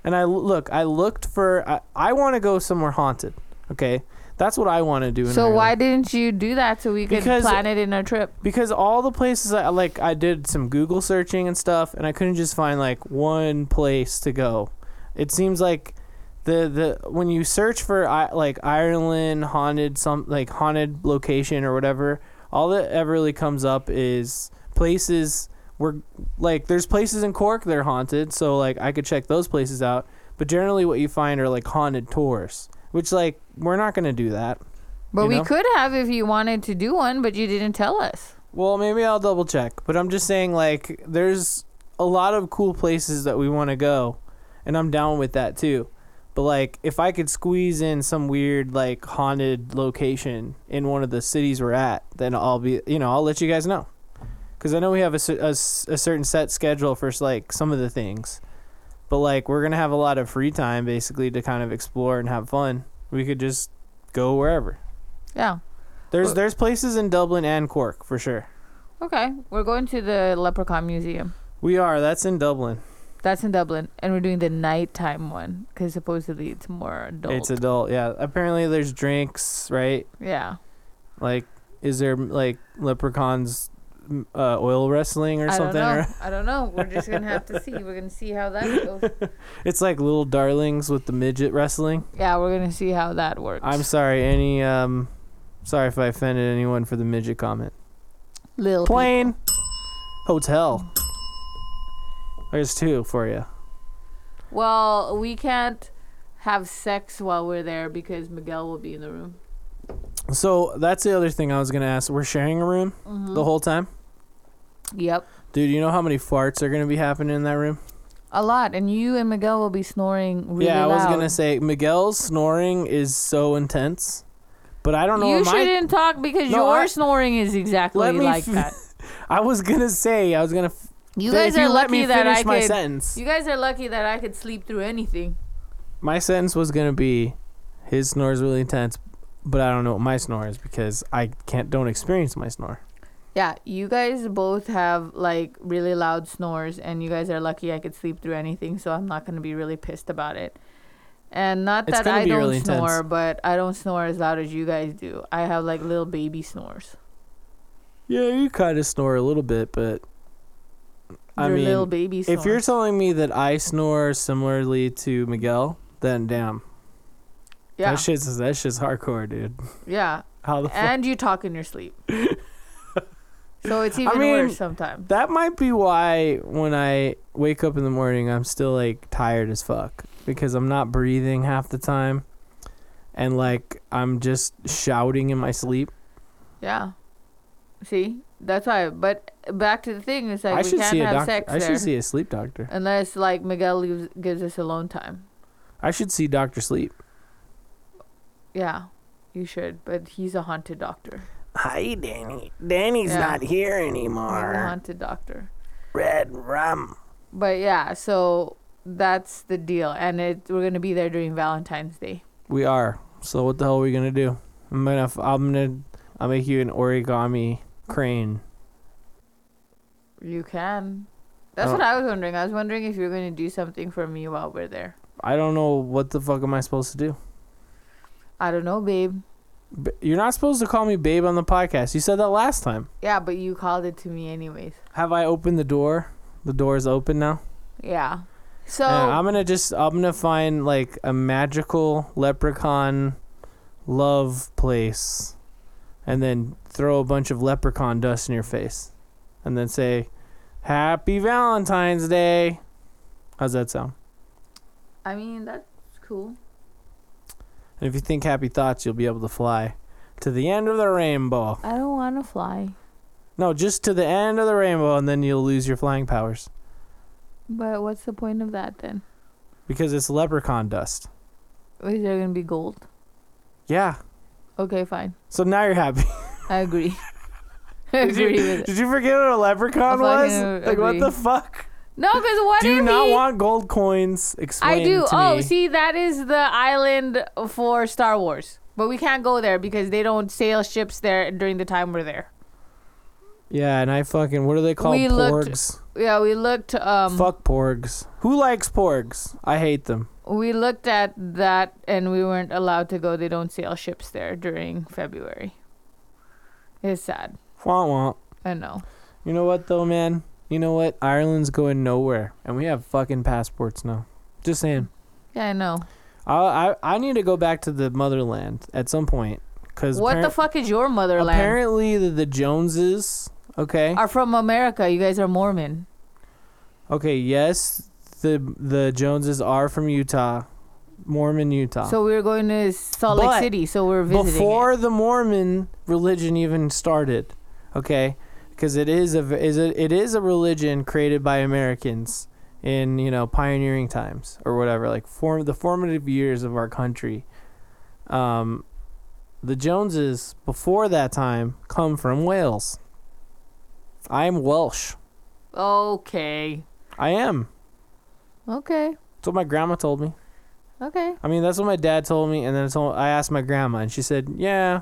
And I l- look, I looked for, I, I want to go somewhere haunted. Okay, that's what I want to do. In So Ireland. why didn't you do that so we could Because- plan it in our trip? Because all the places I like, I did some Google searching and stuff, and I couldn't just find like one place to go. It seems like the the when you search for I, like Ireland haunted some like haunted location or whatever, all that ever really comes up is places where like there's places in Cork that are haunted, so like I could check those places out. But generally, what you find are like haunted tours, which like we're not gonna do that. But You we know? could have if you wanted to do one, but you didn't tell us. Well, maybe I'll double check, but I'm just saying like there's a lot of cool places that we want to go, and I'm down with that too. But like if I could squeeze in some weird like haunted location in one of the cities we're at, then I'll be you know I'll let you guys know, because I know we have a, cer- a s- a certain set schedule for like some of the things, but like we're gonna have a lot of free time basically to kind of explore and have fun. We could just go wherever. Yeah. There's Well- there's places in Dublin and Cork for sure. Okay. We're going to the Leprechaun Museum. We are. That's in Dublin. That's in Dublin, and we're doing the nighttime one because supposedly it's more adult. It's adult. Yeah. Apparently, there's drinks, right? yeah. Like, is there like leprechauns, m- uh, oil wrestling or I don't something? know. Or- I don't know. We're just gonna have to see. We're gonna see how that goes. It's like little darlings with the midget wrestling. Yeah, we're gonna see how that works. I'm sorry. Any um, sorry if I offended anyone for the midget comment. Lil Plane, hotel. There's two for you. Peep. Well, we can't have sex while we're there because Miguel will be in the room. So that's the other thing I was gonna ask. We're sharing a room Mm-hmm. the whole time, Yep. dude. You know how many farts are gonna be happening in that room? A lot, and you and Miguel will be snoring really yeah, I was loud. gonna say Miguel's snoring is so intense, but I don't know. you if my, shouldn't talk because No, your I- snoring is exactly Let me like f- that. I was gonna say I was gonna. F- You if guys are let lucky me that finish I my could. sentence. You guys are lucky that I could sleep through anything. My sentence was gonna be, his snore is really intense, but I don't know what my snore is because I can't don't experience my snore. Yeah, you guys both have like really loud snores, and you guys are lucky I could sleep through anything, so I'm not gonna be really pissed about it. And not It's that gonna I be don't really intense. snore, but I don't snore as loud as you guys do. I have like little baby snores. Yeah, you kind of snore a little bit, but I Your mean, little baby snores. if you're telling me that I snore similarly to Miguel, then damn, yeah, that shit's that shit's hardcore, dude. yeah, How the fuck? and you talk in your sleep. so it's even mean, worse sometimes. That might be why when I wake up in the morning, I'm still like tired as fuck because I'm not breathing half the time and like I'm just shouting in my sleep. Yeah. See, that's why. But back to the thing, it's like I we should can't see a have doctor. sex I there should see a sleep doctor. unless like Miguel leaves, gives us alone time. I should see Dr. Sleep. Yeah, you should. But he's a haunted doctor. Hi, Danny. Danny's Yeah. not here He's a anymore. haunted doctor. Red rum. But yeah, so that's the deal, and it we're gonna be there during Valentine's Day. We are. So what the hell are we gonna do? I'm gonna. f- I'm gonna. I'll make you an origami crane. You can. That's Oh. what I was wondering. I was wondering if you were gonna do something for me while we're there. I don't know what the fuck am I supposed to do. I don't know, babe. B- You're not supposed to call me babe on the podcast. You said that last time. Yeah, but you called it to me anyways. Have I opened the door? The door is open now. Yeah. So And I'm gonna just. I'm gonna find like a magical leprechaun love place, and then throw a bunch of leprechaun dust in your face, and then say, "Happy Valentine's Day." How's that sound? I mean that's cool. And if you think happy thoughts, you'll be able to fly to the end of the rainbow. I don't want to fly, No, just to the end of the rainbow, and then you'll lose your flying powers but what's the point of that then? because it's leprechaun dust. Is there gonna be gold? Yeah. Okay, fine. So now you're happy. I agree. I Did you, agree with it. did you forget what a leprechaun I was? fucking Like what agree. the fuck? No, because what do you if not he- want gold coins? Explain I do. to Oh, me. see, that is the island for Star Wars, but we can't go there because they don't sail ships there during the time we're there. Yeah, and I fucking what are they called? We looked- porgs. Yeah, we looked. Um, Fuck porgs. Who likes porgs? I hate them. we looked at that, and we weren't allowed to go. They don't sail ships there during February. It's sad. Wah wah. I know. You know what though, man? You know what? Ireland's going nowhere, and we have fucking passports now. Just saying. Yeah, I know. I I, I need to go back to the motherland at some point. Cause What the appar- fuck is your motherland? Apparently, the, the Joneses. Okay. Are from America. You guys are Mormon. Okay. Yes, the the Joneses are from Utah, Mormon Utah. So we were going to Salt Lake But City. So we are visiting. before it. the Mormon religion even started, okay, because it is a v- is a, it is a religion created by Americans in you know pioneering times or whatever, like form the formative years of our country. Um, the Joneses before that time come from Wales. I'm Welsh. Okay. I am. Okay. That's what my grandma told me. Okay. I mean, that's what my dad told me, and then I, told, I asked my grandma, and she said, "Yeah,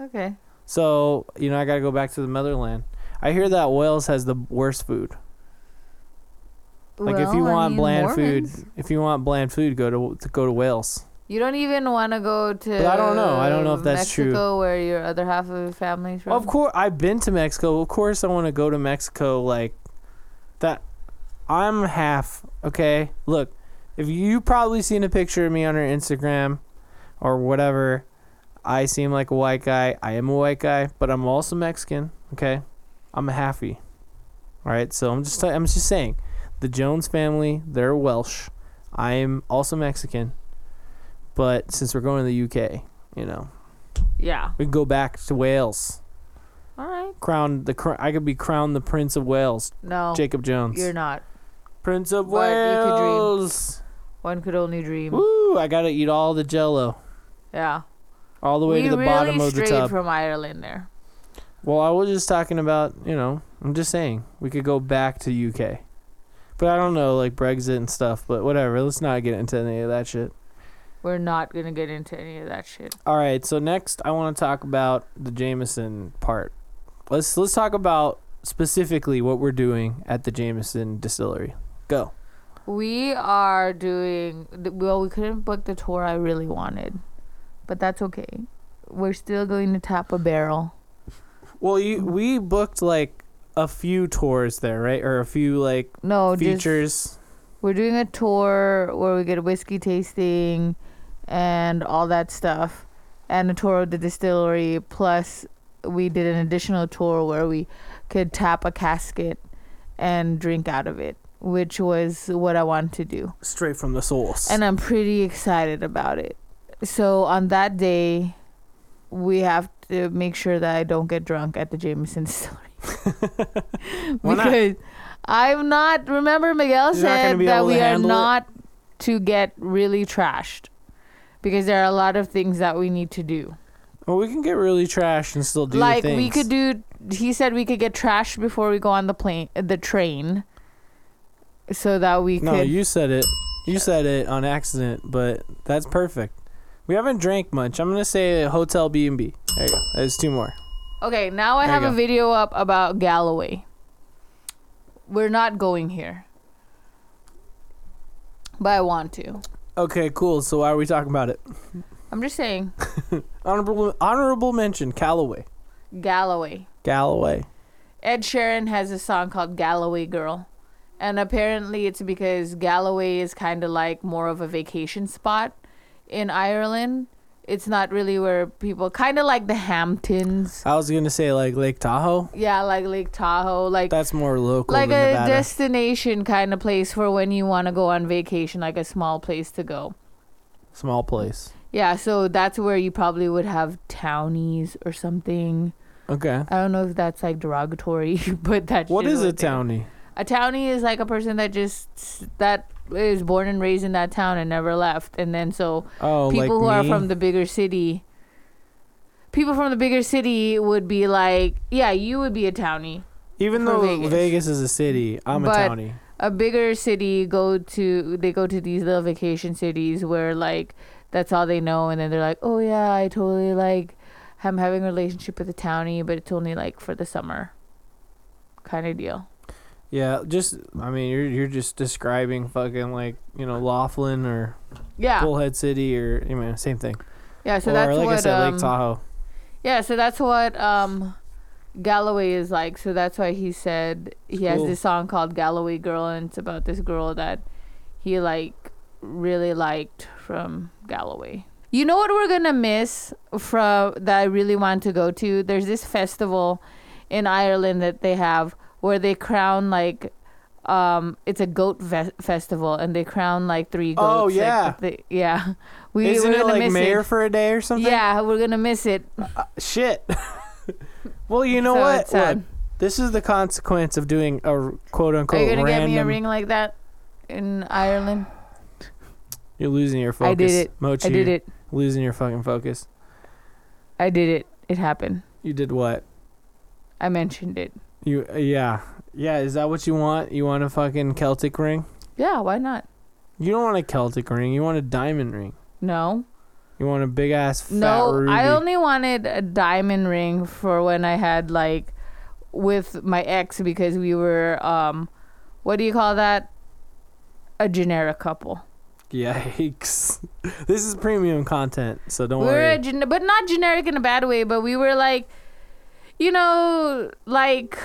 Okay. So, you know, I got to go back to the motherland. I hear that Wales has the worst food. Like if you Well, I want mean, bland Mormons. food, if you want bland food, go to, to go to Wales. You don't even want to go to. But I don't know. I don't know if that's Mexico, true. where your other half of your family's from. Of course, I've been to Mexico. Of course, I want to go to Mexico. Like that, I'm half okay. Look, if you probably seen a picture of me on her Instagram or whatever, I seem like a white guy. I am a white guy, but I'm also Mexican. Okay, I'm a halfy. All right, so I'm just I'm just saying, the Jones family they're Welsh. I am also Mexican, but since we're going to the UK, you know, Yeah. we can go back to Wales All right. crowned the cr- I could be crowned the Prince of Wales, No. Jacob Jones. Oh, You're not. Prince of But you could dream. Wales. One could only dream. Woo! I gotta eat all the Jello, Yeah. all the way we to the really bottom of the strayed tub. from Ireland there. well, I was just talking about you know. I'm just saying we could go back to UK, but I don't know like Brexit and stuff. But whatever. Let's not get into any of that shit. We're not gonna get into any of that shit. All right. So next, I want to talk about the Jameson part. Let's let's talk about specifically what we're doing at the Jameson Distillery. Go. We are doing. th- Well, we couldn't book the tour I really wanted, but that's okay. We're still going to tap a barrel. Well, you we booked like a few tours there, right? Or a few like No, Oh, just- features. We're doing a tour where we get a whiskey tasting and all that stuff, and a tour of the distillery. Plus, we did an additional tour where we could tap a casket and drink out of it, which was what I wanted to do. Straight from the source. And I'm pretty excited about it. So, on that day, we have to make sure that I don't get drunk at the Jameson distillery. Why not? because I'm not, remember, Miguel You're not gonna said be that able to we are handle it? not to get really trashed. because there are a lot of things that we need to do. Well, we can get really trashed and still do the like we things. could do. He said we could get trashed before we go on the plane, the train, so that we No, could. you said it. You said it on accident, but that's perfect. We haven't drank much. I'm gonna say hotel B and B. There you go. There's two more. okay, now I There you have a go. video up about Galloway. We're not going here, but I want to. Okay, cool. So why are we talking about it? I'm just saying, Honorable honorable mention: Callaway. Galloway. Galloway. Ed Sheeran has a song called Galloway Girl. And apparently it's because Galloway is kind of like more of a vacation spot in Ireland. It's not really where people kind of like the Hamptons. I was gonna say like Lake Tahoe. Yeah, like Lake Tahoe, like That's more local like than a Nevada. destination kind of place for when you want to go on vacation, like a small place to go. Small place. Yeah, so that's where you probably would have townies or something. Okay. I don't know if that's like derogatory, but that's What just is a they- townie? A townie is like a person that just that is born and raised in that town and never left, and then so Oh, people like who me? are from the bigger city, people from the bigger city would be like, yeah, you would be a townie. Even for though Vegas. Vegas. is a city, I'm But- a townie. A bigger city go to they go to these little vacation cities where like that's all they know, and then they're like, oh yeah, I totally like I'm having a relationship with a townie, but it's only like for the summer, kind of deal. Yeah, just I mean, you're you're just describing fucking like you know Laughlin or Yeah, Bullhead City or you know same thing. yeah. So or that's like what I said, um, Lake Tahoe. Yeah, so that's what um, Galloway is like. So that's why he said he has Cool. this song called Galloway Girl, and it's about this girl that he like really liked from Galloway. You know what we're gonna miss from that I really want to go to? There's this festival in Ireland that they have where they crown like um it's a goat ve- festival and they crown like three goats. Oh, like, yeah. that they- yeah. We Isn't we're it gonna like miss mayor it. for a day or something? Yeah, we're gonna miss it. Shit. well, you know So what? it's sad. Look, this is the consequence of doing a r- quote Are you unquote gonna random. get me a ring like that in Ireland? You're losing your focus. I did it. Mochi, I did it. Losing your fucking focus. I did it. It happened. You did what? I mentioned it. You yeah yeah. Is that what you want? You want a fucking Celtic ring? Yeah, why not? You don't want a Celtic ring. You want a diamond ring. No, You want a big ass fat no. ruby. I only wanted a diamond ring for when I had like with my ex because we were um, what do you call that? A generic couple. Yikes! this is premium content, so don't we were worry. a gen- but not generic in a bad way. But we were like, you know, like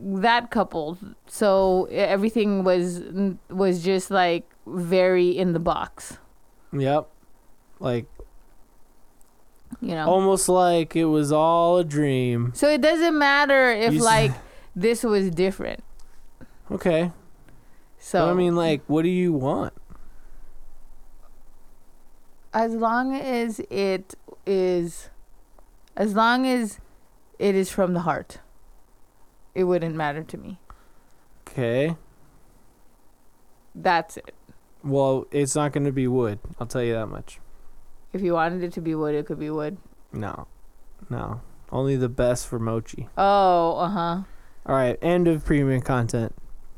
that couple. So e- everything was was just like very in the box. yep. Like You know. almost like it was all a dream. So it doesn't matter if You s- like this was different. Okay. So but I mean, like, what do you want? as long as it is, as long as it is from the heart, it wouldn't matter to me. Okay. That's it. Well, it's not going to be wood. I'll tell you that much. If you wanted it to be wood, it could be wood. No. No. Only the best for mochi. Oh, uh huh. All right. End of premium content.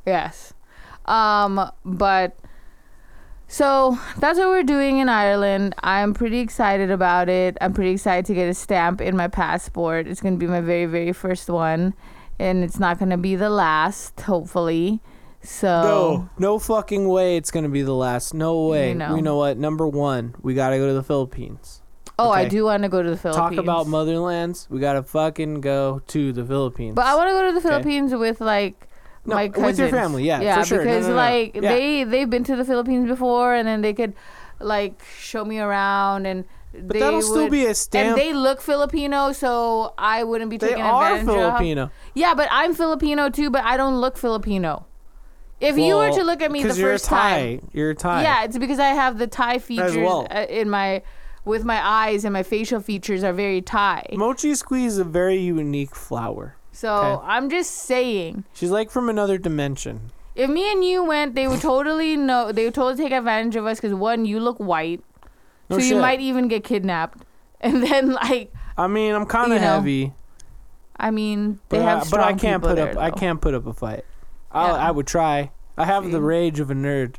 Yes. Um, but so that's what we're doing in Ireland. I'm pretty excited about it. I'm pretty excited to get a stamp in my passport. It's going to be my very, very first one. And it's not going to be the last, hopefully. So, No fucking way it's going to be the last. No way. You know. You know what? Number one, we got to go to the Philippines. oh, I Okay. do want to go to the Philippines. Talk about motherlands. We got to fucking go to the Philippines. But I want to go to the Okay. Philippines with like No, my with your cousins. family, yeah, yeah, for sure. No, because no, no, no. like Yeah. they they've been to the Philippines before, and then they could like show me around, and But they that'll would, still be a and stamp. they look Filipino, so I wouldn't be They taking are advantage of. Filipino. Yeah, but I'm Filipino too, but I don't look Filipino. If you were Well, to look at me the 'cause you're a first Thai. time, You're a Thai. yeah, it's because I have the Thai features well. uh, in my with my eyes and my facial features are very Thai. Mochi squeeze is a very unique flower. So Okay. I'm just saying. She's like from another dimension. If me and you went, they would totally know. They would totally take advantage of us because one, you look white, No so you shit. might even get kidnapped. And then like I mean, I'm kind you of know, heavy, I mean but they have I, but I strong can't people put there, up. I though. can't put up a fight. I Yeah. I would try. I have See? the rage of a nerd,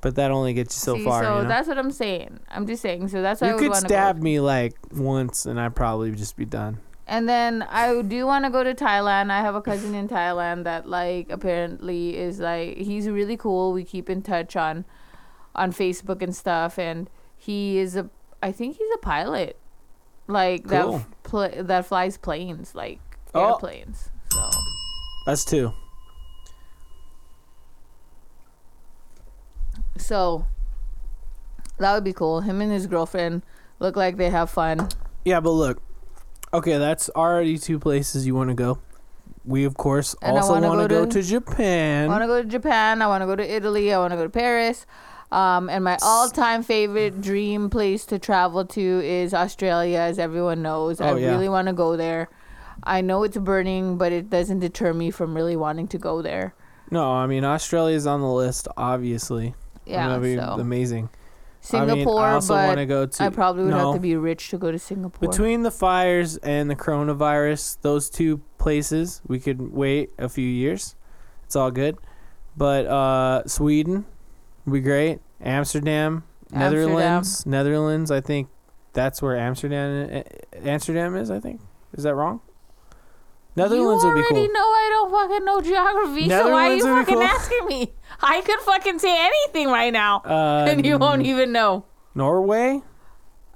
but that only gets you so See, far. So you know? that's what I'm saying. I'm just saying. So that's why I you would could wanna stab go. me like once, and I'd probably just be done. And then I do want to go to Thailand. I have a cousin in Thailand that like apparently is like he's really cool. We keep in touch on on Facebook and stuff and he is a I think he's a pilot. Like that Cool. f- pl- that flies planes like Oh. airplanes. So That's two. so that would be cool. Him and his girlfriend look like they have fun. Yeah, but look, okay, that's already two places you want to go. We of course And I also wanna want to go go to- to Japan. I want to go to Japan. I want to go to Italy. I want to go to Paris. Um, and my all-time favorite dream place to travel to is Australia, as everyone knows. I Oh, yeah. really want to go there. I know it's burning, but it doesn't deter me from really wanting to go there. no, I mean Australia's on the list, obviously. Yeah, That'd be so amazing. Singapore, I mean, I also but wanna go to. I probably would no. have to be rich to go to Singapore. Between the fires and the coronavirus, those two places, we could wait a few years. It's all good. But uh, Sweden would be great. Amsterdam, Netherlands. Netherlands, I think that's where Amsterdam eh, Amsterdam is, I think. Is that wrong? Netherlands you would be already cool. know I don't fucking know geography, so why are you Netherlands would be fucking cool. asking me? I could fucking say anything right now, Uh, and you won't even know. Norway?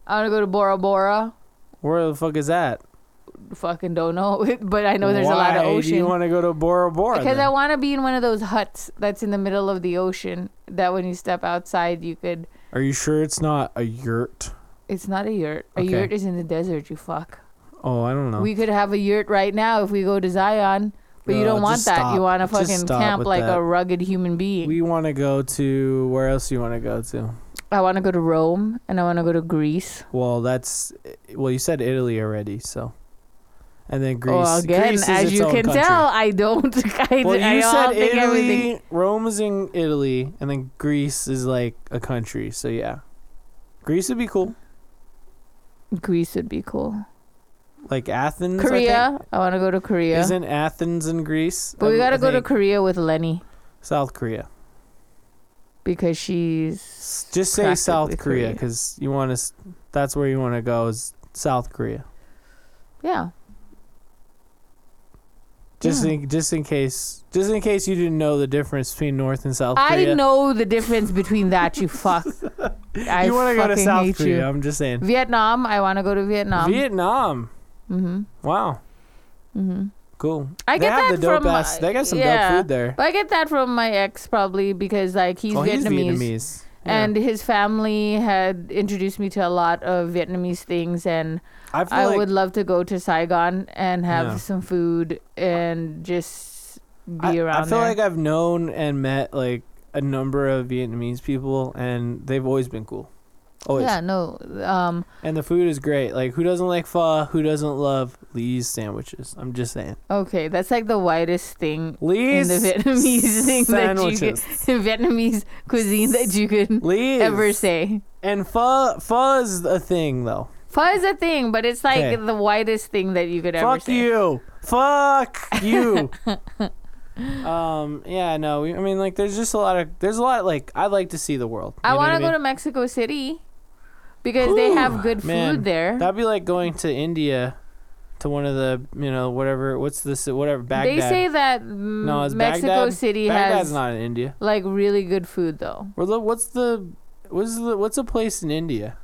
I want to go to Bora Bora. Where the fuck is that? Fucking don't know, but I know there's a lot of Why Do ocean. you want to go to Bora Bora? because I then? want to be in one of those huts that's in the middle of the ocean. That when you step outside, you could. Are you sure it's not a yurt? It's not a yurt. A Okay. yurt is in the desert. You fuck. Oh, I don't know. We could have a yurt right now if we go to Zion, but you No, don't want just that. stop. You want to Just fucking stop camp with like that. a rugged human being. We want to go to where else? You want to go to? I want to go to Rome and I want to go to Greece. Well, that's well. You said Italy already, so and then Greece. Well, again, Greece is as its you own can country. tell, I don't. I, Well, I you all said think everything. Italy. Rome is in Italy, and then Greece is like a country. So yeah, Greece would be cool. Greece would be cool. Like Athens. I Korea. I, want to go to think. Korea. Isn't Athens in Greece? But we I- gotta I go to think Korea with Lenny South Korea. because she's Just say South practically Korea because you want to. That's where you want to go is South Korea. Yeah, Just Yeah. in just in case just in case you didn't know the difference between North and South Korea. I know the difference between that. You fuck. I you want to go to fucking South hate Korea? You. I'm just saying. Vietnam. I want to go to Vietnam. Vietnam. hmm Wow. hmm Cool. I they get have that the dope from ass. They got some yeah. dope food there. But I get that from my ex probably because like he's oh, Vietnamese. he's Vietnamese. Yeah. And his family had introduced me to a lot of Vietnamese things, and I feel I like would love to go to Saigon and have Yeah. some food and just be I, around I feel there. like I've known and met like a number of Vietnamese people, and they've always been cool. Always. Yeah, no. Um, And the food is great. Like who doesn't like pho? Who doesn't love Lee's sandwiches? I'm just saying. okay, that's like the widest thing Lee's in the Vietnamese thing that you sandwiches. could, in Vietnamese cuisine that you could Lee's ever say. And pho pho is a thing though. Pho is a thing, but it's like Okay. the widest thing that you could ever Fuck say. you. Fuck you. um yeah, no, we, I mean like there's just a lot of there's a lot like I'd like to see the world. I want to go to to Mexico City because they have good man. food there. That'd be like going to India to one of the, you know, whatever what's this whatever Baghdad. They say that mm, No, it's Mexico Baghdad. City Baghdad's has not in India. like really good food though. Or the, what's the what's the what's a place in India?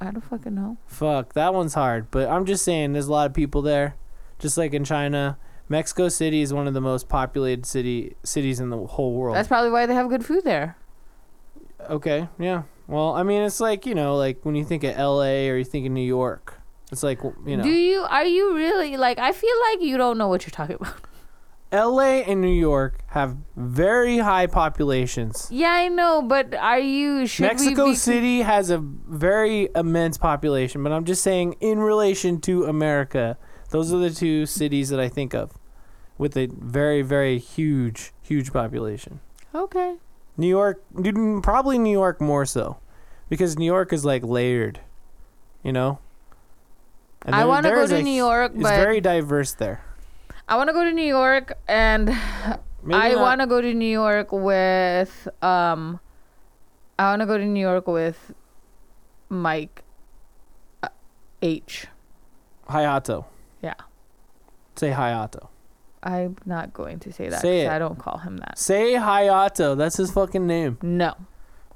I don't fucking know. Fuck, that one's hard, but I'm just saying there's a lot of people there. Just like in China, Mexico City is one of the most populated city cities in the whole world. That's probably why they have good food there. Okay, yeah. Well, I mean, it's like you know, like when you think of L.A. or you think of New York, it's like w- you know, Do you are you really like I feel like you don't know what you're talking about. L.A. and New York have very high populations. Yeah, I know, but are you should Mexico we be, City has a very immense population, but I'm just saying in relation to America, those are the two cities that I think of with a very, very huge, huge population. Okay. New York, n- probably New York more so, because New York is like layered, you know. And I there- wanna there go is to a New hu- York, It's but- very diverse there. I want to go to New York, and Maybe I not- want to go to New York with um, I want to go to New York with Mike uh, H. Hayato. Yeah. Say Hayato. I'm not going to say that. Say 'cause it. I don't call him that. Say Hayato. That's his fucking name. No,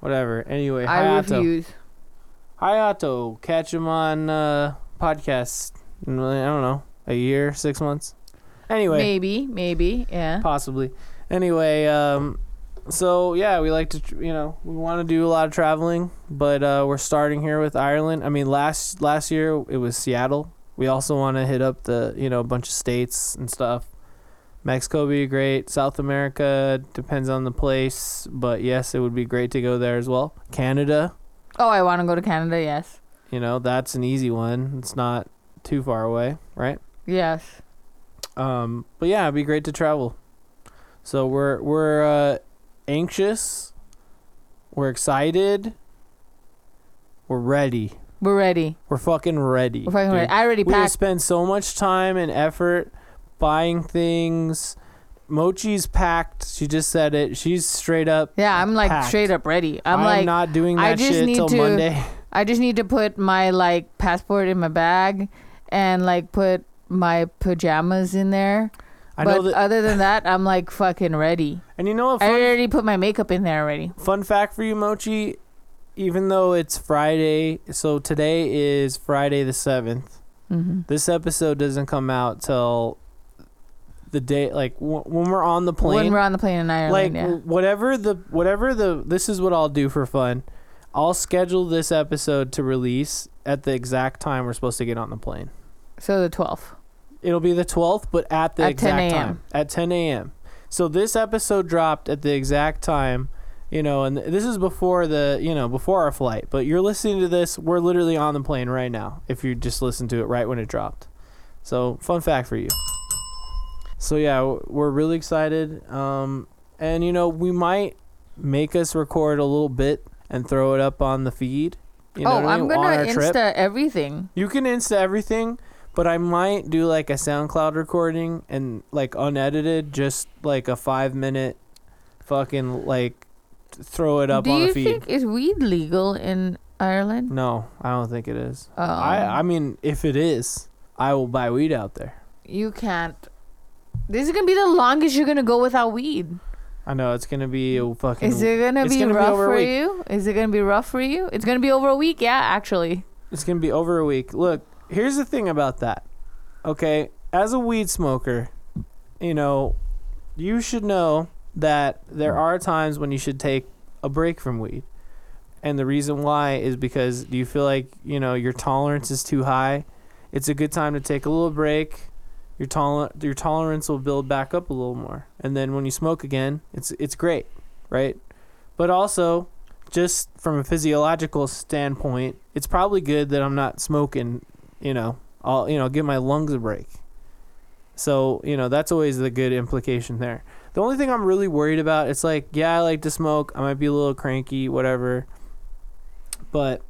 Whatever. Anyway, I Hayato. refuse. Hayato, catch him on uh, podcast. in, I don't know, a year, six months. Anyway, Maybe, maybe, yeah. possibly. Anyway, um, so yeah, we like to, tr- you know, we want to do a lot of traveling, but uh, we're starting here with Ireland. I mean, last last year it was Seattle. We also want to hit up the, you know, a bunch of states and stuff. Mexico would be great. South America depends on the place, but yes, it would be great to go there as well. Canada, Oh, I want to go to Canada. Yes, you know, that's an easy one. It's not too far away, right? yes. Um, but yeah, it'd be great to travel. So we're we're uh, anxious. We're excited. We're ready. We're ready. We're fucking ready. We're fucking dude. ready. I already We have packed. spent so much time and effort buying things. Mochi's packed. She just said it. She's straight up. Yeah, I'm like packed. straight up ready. I'm, I'm like, not doing that I just shit need till to- Monday. I just need to put my like passport in my bag, and like put my pajamas in there. I but uh, know that. other than that, I'm like fucking ready. and you know what? I fun already put my makeup in there already. Fun fact for you, Mochi. Even though it's Friday, so today is Friday the seventh. hmm This episode doesn't come out till the day, like w- when we're on the When plane. we're on the plane in like Ireland, yeah. w- whatever the whatever the this is what I'll do for fun. I'll schedule this episode to release at the exact time we're supposed to get on the plane. So the 12th. It'll be the 12th, but at the At 10 exact a.m.. time. At 10 a.m. So this episode dropped at the exact time, you know, and this is before the, you know, before our flight. But you're listening to this. We're literally on the plane right now if you just listen to it right when it dropped. So, fun fact for you. So, yeah, w- we're really excited. Um, and, you know, we might make us record a little bit and throw it up on the feed. You know oh, what I I'm mean, on gonna our Insta trip. everything. You can insta everything, but I might do like a SoundCloud recording and like unedited, just like a five minute fucking like t- throw it up Do on you a feed. think is weed legal in Ireland? no, I don't think it is. Um, I I mean, if it is, I will buy weed out there. you can't. This is gonna be the longest you're gonna go without weed. I know it's gonna be a fucking. Is it gonna it's be gonna be rough over a for week. you? Is it gonna be rough for you? It's gonna be over a week, yeah, actually. It's gonna be over a week. Look, here's the thing about that. Okay, as a weed smoker, you know, you should know that there are times when you should take a break from weed. And the reason why is because you feel like, you know, your tolerance is too high. It's a good time to take a little break. Your toler- your tolerance will build back up a little more. And then when you smoke again, it's it's great, right? But also, just from a physiological standpoint, it's probably good that I'm not smoking, you know, I'll, you know, give my lungs a break. So, you know, that's always the good implication there. The only thing I'm really worried about, it's like, yeah, I like to smoke. I might be a little cranky, whatever. But,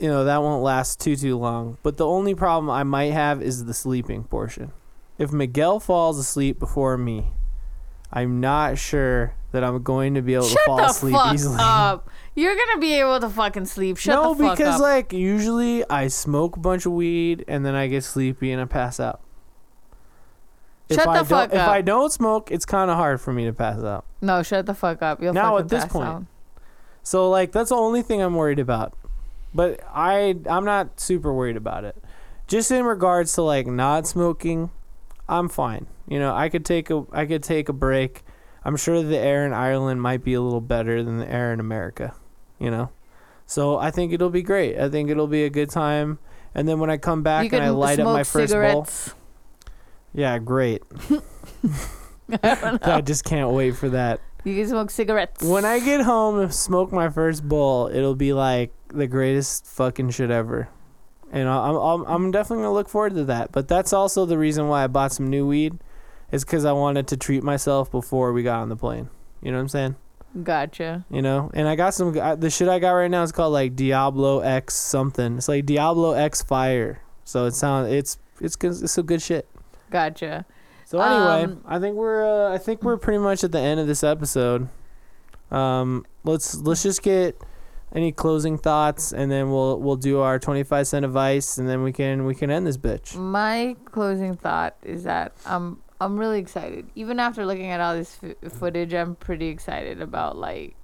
you know, that won't last too, too long. But the only problem I might have is the sleeping portion. If Miguel falls asleep before me, I'm not sure that I'm going to be able to Shut fall the asleep fuck easily up. You're gonna be able to fucking sleep. Shut no, the fuck because up. like usually I smoke a bunch of weed and then I get sleepy and I pass out. if Shut I the don't- fuck If up. I don't smoke, it's kind of hard for me to pass out. no, shut the fuck up. You'll Now, fucking at this pass point, out. So like that's the only thing I'm worried about. But I I'm not super worried about it. Just in regards to like not smoking, I'm fine. You know, I could take a I could take a break. I'm sure the air in Ireland might be a little better than the air in America, you know. So I think it'll be great. I think it'll be a good time. And then when I come back you can and I light up smoke my first bowl, cigarettes. yeah, great. I just can't wait for that. You can smoke cigarettes. When I get home and smoke my first bowl, it'll be like the greatest fucking shit ever. And I- I'm, I'm, I'm definitely going to look forward to that. But that's also the reason why I bought some new weed, is because I wanted to treat myself before we got on the plane. You know what I'm saying? Gotcha. you know and i got some I, the shit i got right now is called like diablo x something it's like diablo x fire so it sounds it's it's good it's some good shit Gotcha. so anyway Um, i think we're uh, i think we're pretty much at the end of this episode um let's let's just get any closing thoughts and then we'll we'll do our 25 cent advice and then we can we can end this bitch My closing thought is that I'm I'm really excited. Even after looking at all this f- footage, I'm pretty excited about like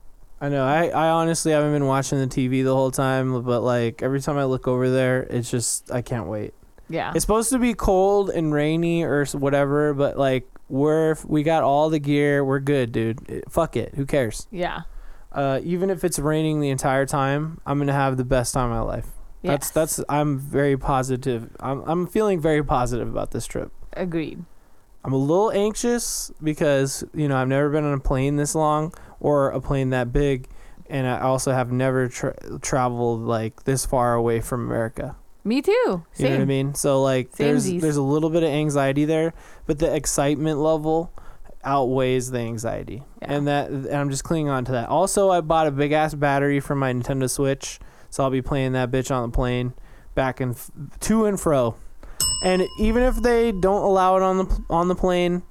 i know i i honestly haven't been watching the tv the whole time but like every time i look over there it's just i can't wait yeah. It's supposed to be cold and rainy or s- whatever, but like we're we got all the gear. We're good, dude. It- fuck it. Who cares? yeah. Uh, even if it's raining the entire time, I'm gonna have the best time of my life. Yes. That's that's. I'm very positive. I'm I'm feeling very positive about this trip. agreed. I'm a little anxious because you know I've never been on a plane this long or a plane that big, and I also have never tra- traveled like this far away from America. Me too. You Same. know what I mean? So like Samesies. there's there's a little bit of anxiety there, but the excitement level outweighs the anxiety. Yeah. And that and I'm just clinging on to that. Also, I bought a big ass battery for my Nintendo Switch, so I'll be playing that bitch on the plane back and f- to and fro. And even if they don't allow it on the pl- on the plane,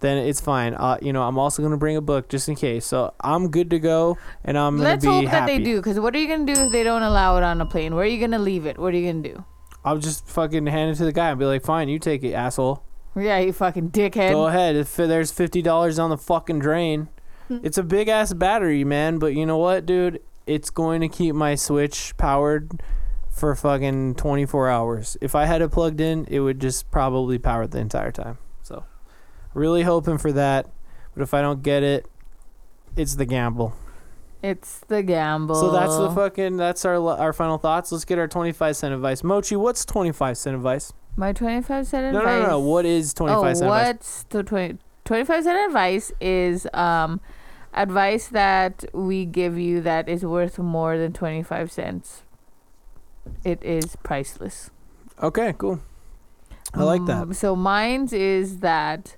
then it's fine. Uh, you know, I'm also gonna bring a book just in case. So I'm good to go, and I'm gonna Let's be hope that happy. they do, because what are you gonna do if they don't allow it on a plane? Where are you gonna leave it? What are you gonna do? I'll just fucking hand it to the guy and be like, "Fine, you take it, asshole." Yeah, you fucking dickhead. Go ahead. If there's fifty dollars on the fucking drain, it's a big ass battery, man. But you know what, dude? It's going to keep my Switch powered for fucking twenty four hours. If I had it plugged in, it would just probably power it the entire time. So, really hoping for that. But if I don't get it, it's the gamble. It's the gamble. So that's the fucking that's our our final thoughts. Let's get our twenty five cent advice. Mochi, what's twenty five cent advice? My 25 cent No, advice. no, no, no. What is twenty five Oh, cent advice? what's the 20, 25 cent advice is um, advice that we give you that is worth more than 25 cents. It is priceless. Okay, cool. I like that. Um, so mine's is that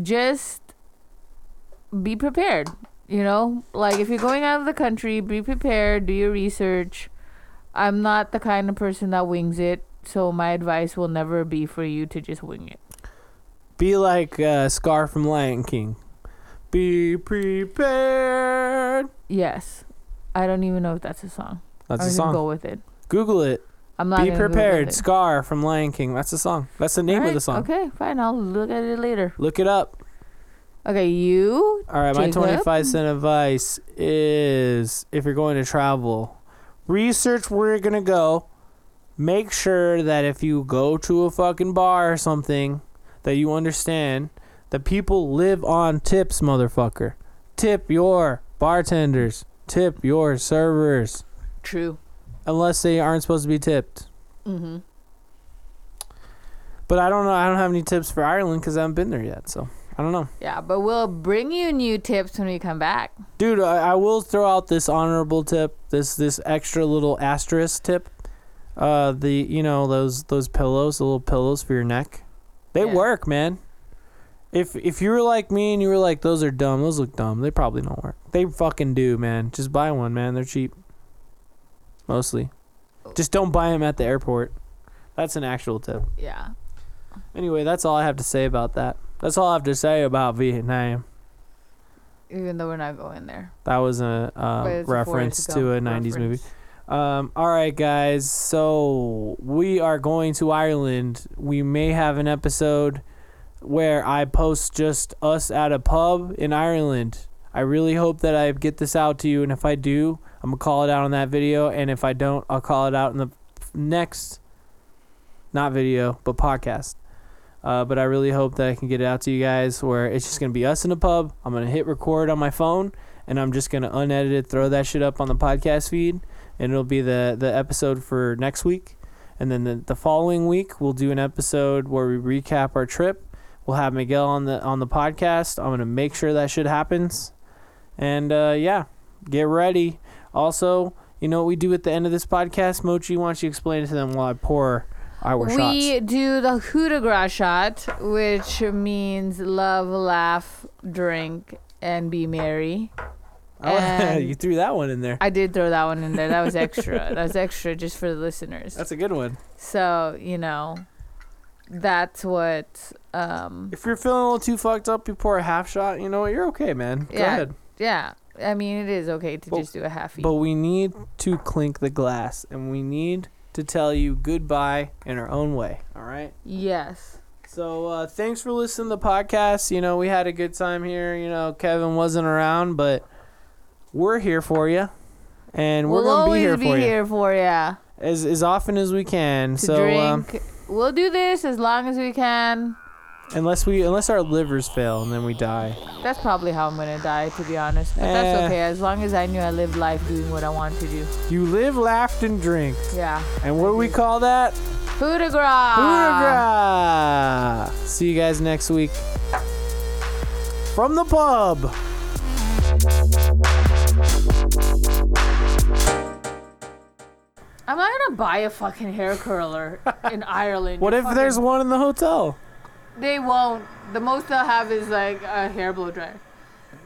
just be prepared. You know, like if you're going out of the country, be prepared, do your research. I'm not the kind of person that wings it, so my advice will never be for you to just wing it. Be like uh, Scar from Lion King. Be prepared. Yes. I don't even know if that's a song. That's I'm a just gonna song. go with it. Google it. I'm not Be gonna Google prepared. it. Scar from Lion King. That's the song. That's the name of the Alright, song. Okay, fine. I'll look at it later. Look it up. Okay, you. All right, Jacob? my 25 cent advice is if you're going to travel, research where you're going to go. Make sure that if you go to a fucking bar or something that you understand that people live on tips, motherfucker. Tip your bartenders, tip your servers. True. unless they aren't supposed to be tipped. Mm-hmm. But I don't know. I don't have any tips for Ireland because I haven't been there yet. So I don't know, Yeah, but we'll bring you new tips when we come back. dude. I, I will throw out this honorable tip. This this extra little asterisk tip. Uh, the you know those those pillows, the little pillows for your neck. They Yeah. work, man. If if you were like me and you were like those are dumb, those look dumb. They probably don't work. They fucking do, man. Just buy one, man. They're cheap. Mostly. Just don't buy them at the airport. That's an actual tip. Yeah. Anyway, that's all I have to say about that. That's all I have to say about Vietnam. even though we're not going there. That was a But um, it's a reference Forrest to a Gump 90s movie. reference. Um, all right, guys. So we are going to Ireland. We may have an episode where I post just us at a pub in Ireland. I really hope that I get this out to you. And if I do, I'm going to call it out on that video. And if I don't, I'll call it out in the next, not video, but podcast. Uh, but I really hope that I can get it out to you guys where it's just going to be us in a pub. I'm going to hit record on my phone and I'm just going to unedit it, throw that shit up on the podcast feed. And it'll be the, the episode for next week. And then the, the following week, we'll do an episode where we recap our trip. We'll have Miguel on the on the podcast. I'm going to make sure that shit happens. And uh, yeah, get ready. Also, you know what we do at the end of this podcast? Mochi, why don't you explain it to them while I pour our shots? We do the coup de grace shot, which means love, laugh, drink, and be merry. Oh, And- you threw that one in there. I did throw that one in there. That was extra. that was extra just for the listeners. That's a good one. so, you know, that's what um If you're feeling a little too fucked up, you pour a half shot. You know what? You're okay, man. Go Yeah. ahead. yeah. I mean, it is okay to But- just do a halfie. But we need to clink the glass, and we need to tell you goodbye in our own way. All right. yes. So uh, thanks for listening to the podcast. You know we had a good time here. You know Kevin wasn't around, but we're here for you, and we're we'll gonna always be here for you here for ya. as as often as we can. To so um, drink. we'll do this as long as we can. unless we unless our livers fail and then we die. That's probably how I'm gonna die, to be honest. But that's Eh. okay, as long as I knew I lived life doing what I wanted to do. You live, laughed, and drink. Yeah. And what do we call that? Food de gras. Hoorah! See you guys next week from the pub. Am I gonna buy a fucking hair curler in Ireland? What You if there's fucking- one in the hotel? They won't. The most they'll have is like a hair blow dryer.